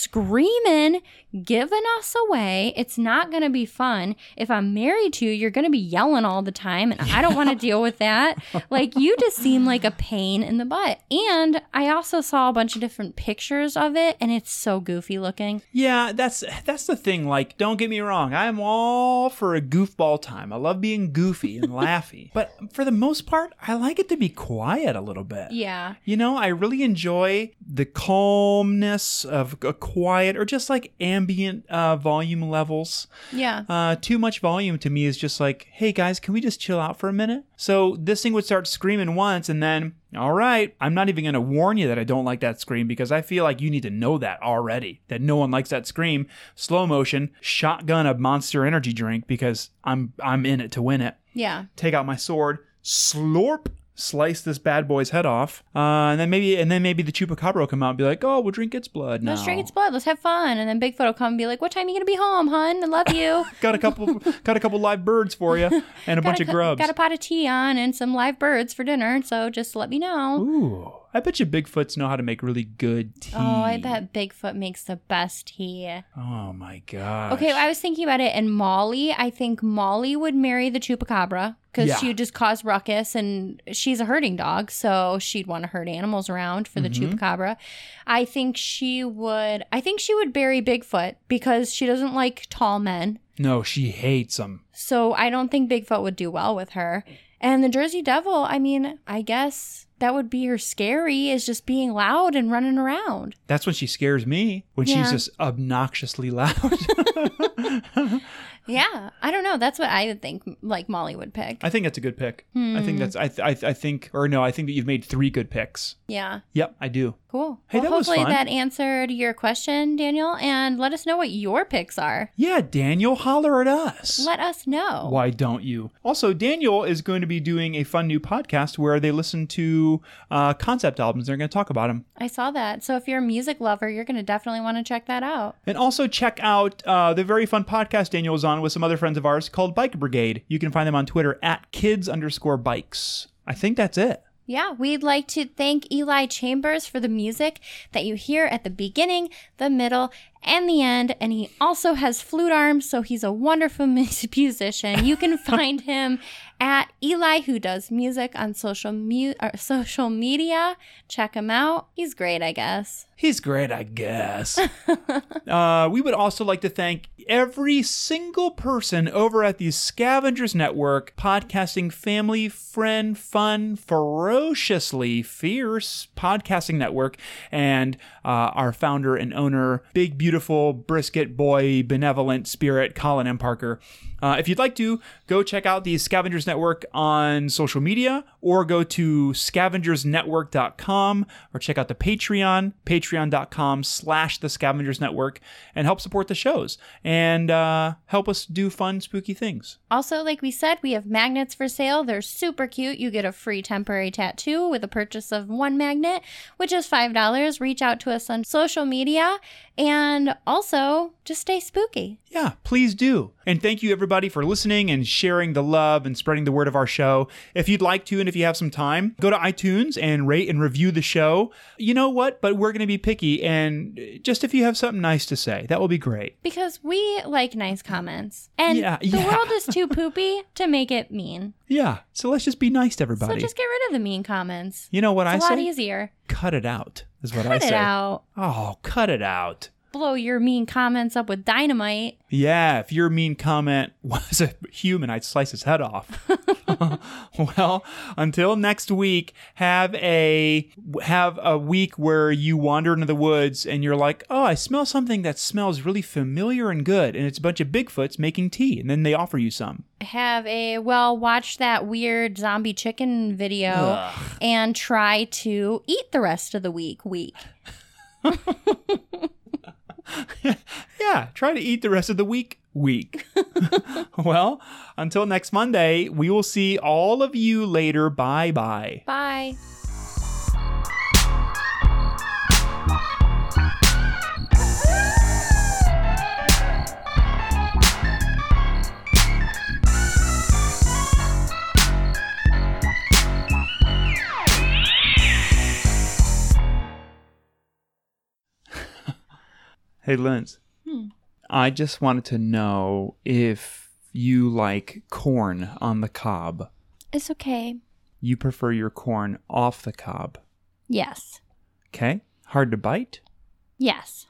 Speaker 2: screaming, giving us away. It's not going to be fun. If I'm married to you, you're going to be yelling all the time, and I don't want to deal with that. Like, you just seem like a pain in the butt. And I also saw a bunch of different pictures of it, and it's so goofy looking.
Speaker 1: Yeah, that's that's the thing. Like, don't get me wrong, I'm all for a goofball time. I love being goofy and laughy, but for the most part, I like it to be quiet a little bit.
Speaker 2: Yeah.
Speaker 1: You know, I really enjoy the calmness of a quiet or just like ambient uh, volume levels.
Speaker 2: Yeah.
Speaker 1: Uh, too much volume to me is just like, hey guys, can we just chill out for a minute? So this thing would start screaming once, and then, all right, I'm not even going to warn you that I don't like that scream because I feel like you need to know that already that no one likes that scream. Slow motion, shotgun a monster energy drink because I'm I'm in it to win it
Speaker 2: Yeah.
Speaker 1: take out my sword, slorp, slice this bad boy's head off, uh, and then maybe and then maybe the chupacabra will come out and be like, "Oh, we'll drink its blood now."
Speaker 2: Let's drink its blood. Let's have fun. And then Bigfoot will come and be like, "What time you gonna be home, hun? I love you."
Speaker 1: Got a couple, got a couple live birds for you, and a bunch
Speaker 2: Got a
Speaker 1: of
Speaker 2: cu-
Speaker 1: grubs.
Speaker 2: Got a pot of tea on and some live birds for dinner. So just let me know.
Speaker 1: Ooh, I bet you Bigfoots know how to make really good tea.
Speaker 2: Oh, I bet Bigfoot makes the best tea.
Speaker 1: Oh my god.
Speaker 2: Okay, I was thinking about it, and Molly. I think Molly would marry the chupacabra because
Speaker 1: Yeah.
Speaker 2: she would just cause ruckus, and she's a herding dog, so she'd want to herd animals around for the chupacabra. I think she would. I think she would bury Bigfoot because she doesn't like tall men.
Speaker 1: No, she hates them.
Speaker 2: So I don't think Bigfoot would do well with her. And the Jersey Devil, I mean, I guess that would be her scary is just being loud and running around.
Speaker 1: That's when she scares me. When
Speaker 2: Yeah.
Speaker 1: she's just obnoxiously loud.
Speaker 2: Yeah, I don't know. That's what I would think like Molly would pick.
Speaker 1: I think that's a good pick. I
Speaker 2: Hmm.
Speaker 1: think that's. I, th- I. th- I think. Or no, I think that you've made three good picks.
Speaker 2: yeah.
Speaker 1: Yep, I do.
Speaker 2: Cool.
Speaker 1: Hey,
Speaker 2: well,
Speaker 1: that was
Speaker 2: hopefully
Speaker 1: fun.
Speaker 2: that answered your question, Daniel, and let us know what your picks are.
Speaker 1: Yeah, Daniel, holler at us.
Speaker 2: Let us know.
Speaker 1: Why don't you? Also, Daniel is going to be doing a fun new podcast where they listen to uh, concept albums. They're going to talk about them.
Speaker 2: I saw that. So if you're a music lover, you're going to definitely want to check that out.
Speaker 1: And also check out uh, the very fun podcast Daniel is on with some other friends of ours called Bike Brigade. You can find them on Twitter at kids underscore bikes. I think that's it.
Speaker 2: Yeah, we'd like to thank Eli Chambers for the music that you hear at the beginning, the middle, and the end. And he also has flute arms, so he's a wonderful mus- musician. You can find him at Eli, who does music on social mu- or social media. Check him out. He's great, I guess.
Speaker 1: He's great, I guess. uh, we would also like to thank every single person over at the Scavengers Network, podcasting family, friend, fun, ferociously fierce podcasting network, and uh, our founder and owner, big, beautiful, brisket boy, benevolent spirit, Colin M. Parker. Uh, if you'd like to, go check out the Scavengers Network on social media or go to scavengersnetwork.com or check out the Patreon, patreon.com slash the Scavengers Network and help support the shows and uh, help us do fun, spooky things.
Speaker 2: Also, like we said, we have magnets for sale. They're super cute. You get a free temporary tattoo with a purchase of one magnet, which is $5. Reach out to us on social media and also just stay spooky.
Speaker 1: Yeah, please do. And thank you everybody for listening and sharing the love and spreading the word of our show. If you'd like to and if you have some time, go to iTunes and rate and review the show. You know what? But we're going to be picky and just if you have something nice to say, that will be great.
Speaker 2: Because we like nice comments. And
Speaker 1: Yeah,
Speaker 2: the
Speaker 1: yeah.
Speaker 2: world is too poopy to make it mean.
Speaker 1: Yeah. So let's just be nice to
Speaker 2: So
Speaker 1: everybody.
Speaker 2: just get rid of the mean comments.
Speaker 1: you know what
Speaker 2: It's a
Speaker 1: I
Speaker 2: lot
Speaker 1: say?
Speaker 2: easier.
Speaker 1: Cut it out is what I
Speaker 2: Cut
Speaker 1: say.
Speaker 2: it out.
Speaker 1: Oh, cut it out.
Speaker 2: Blow your mean comments up with dynamite.
Speaker 1: Yeah, if your mean comment was a human, I'd slice his head off. well, until next week, have a have a week where you wander into the woods and you're like, "Oh, I smell something that smells really familiar and good," and it's a bunch of Bigfoots making tea, and then they offer you some.
Speaker 2: have a well watch that weird zombie chicken video and try to eat the rest of the week week
Speaker 1: Yeah, try to eat the rest of the week. Week. well, until next Monday, we will see all of you later. Bye bye.
Speaker 2: bye
Speaker 1: Hey, Linz. I just wanted to know if you like corn on the cob.
Speaker 2: it's okay
Speaker 1: You prefer your corn off the cob.
Speaker 2: yes
Speaker 1: Okay. Hard to bite.
Speaker 2: yes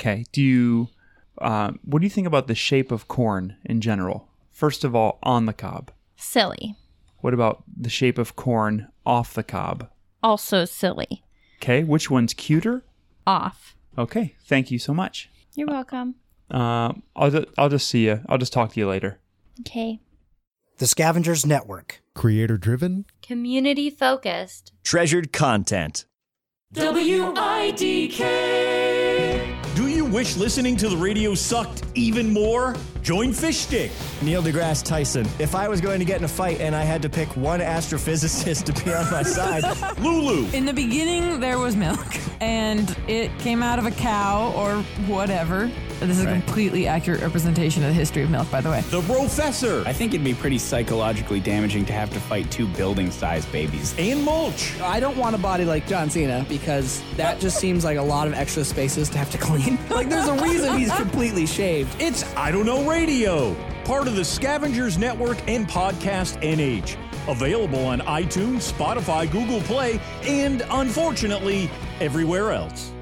Speaker 1: Okay. Do you, uh, what do you think about the shape of corn in general? First of all, on the cob.
Speaker 2: silly
Speaker 1: What about the shape of corn off the cob?
Speaker 2: also silly
Speaker 1: Okay. Which one's cuter?
Speaker 2: off
Speaker 1: Okay. Thank you so much.
Speaker 2: you're welcome
Speaker 1: Um, I'll, ju- I'll just see you. I'll just talk to you later.
Speaker 2: okay
Speaker 6: The Scavengers Network.
Speaker 7: Creator driven?
Speaker 2: community focused
Speaker 8: treasured content. WIDK! Do you wish listening to the radio sucked even more? Join Fish Stick.
Speaker 9: Neil deGrasse Tyson. If I was going to get in a fight and I had to pick one astrophysicist to be on my side,
Speaker 8: Lulu.
Speaker 10: In the beginning, there was milk, and it came out of a cow or whatever. This is a completely accurate representation of the history of milk, by the way.
Speaker 8: The Professor.
Speaker 11: I think it'd be pretty psychologically damaging to have to fight two building sized babies.
Speaker 8: And Mulch.
Speaker 9: I don't want a body like John Cena because that just seems like a lot of extra spaces to have to clean. Like, there's a reason he's completely shaved.
Speaker 8: It's I Don't Know Radio, part of the Scavengers Network and Podcast NH. Available on iTunes, Spotify, Google Play, and unfortunately, everywhere else.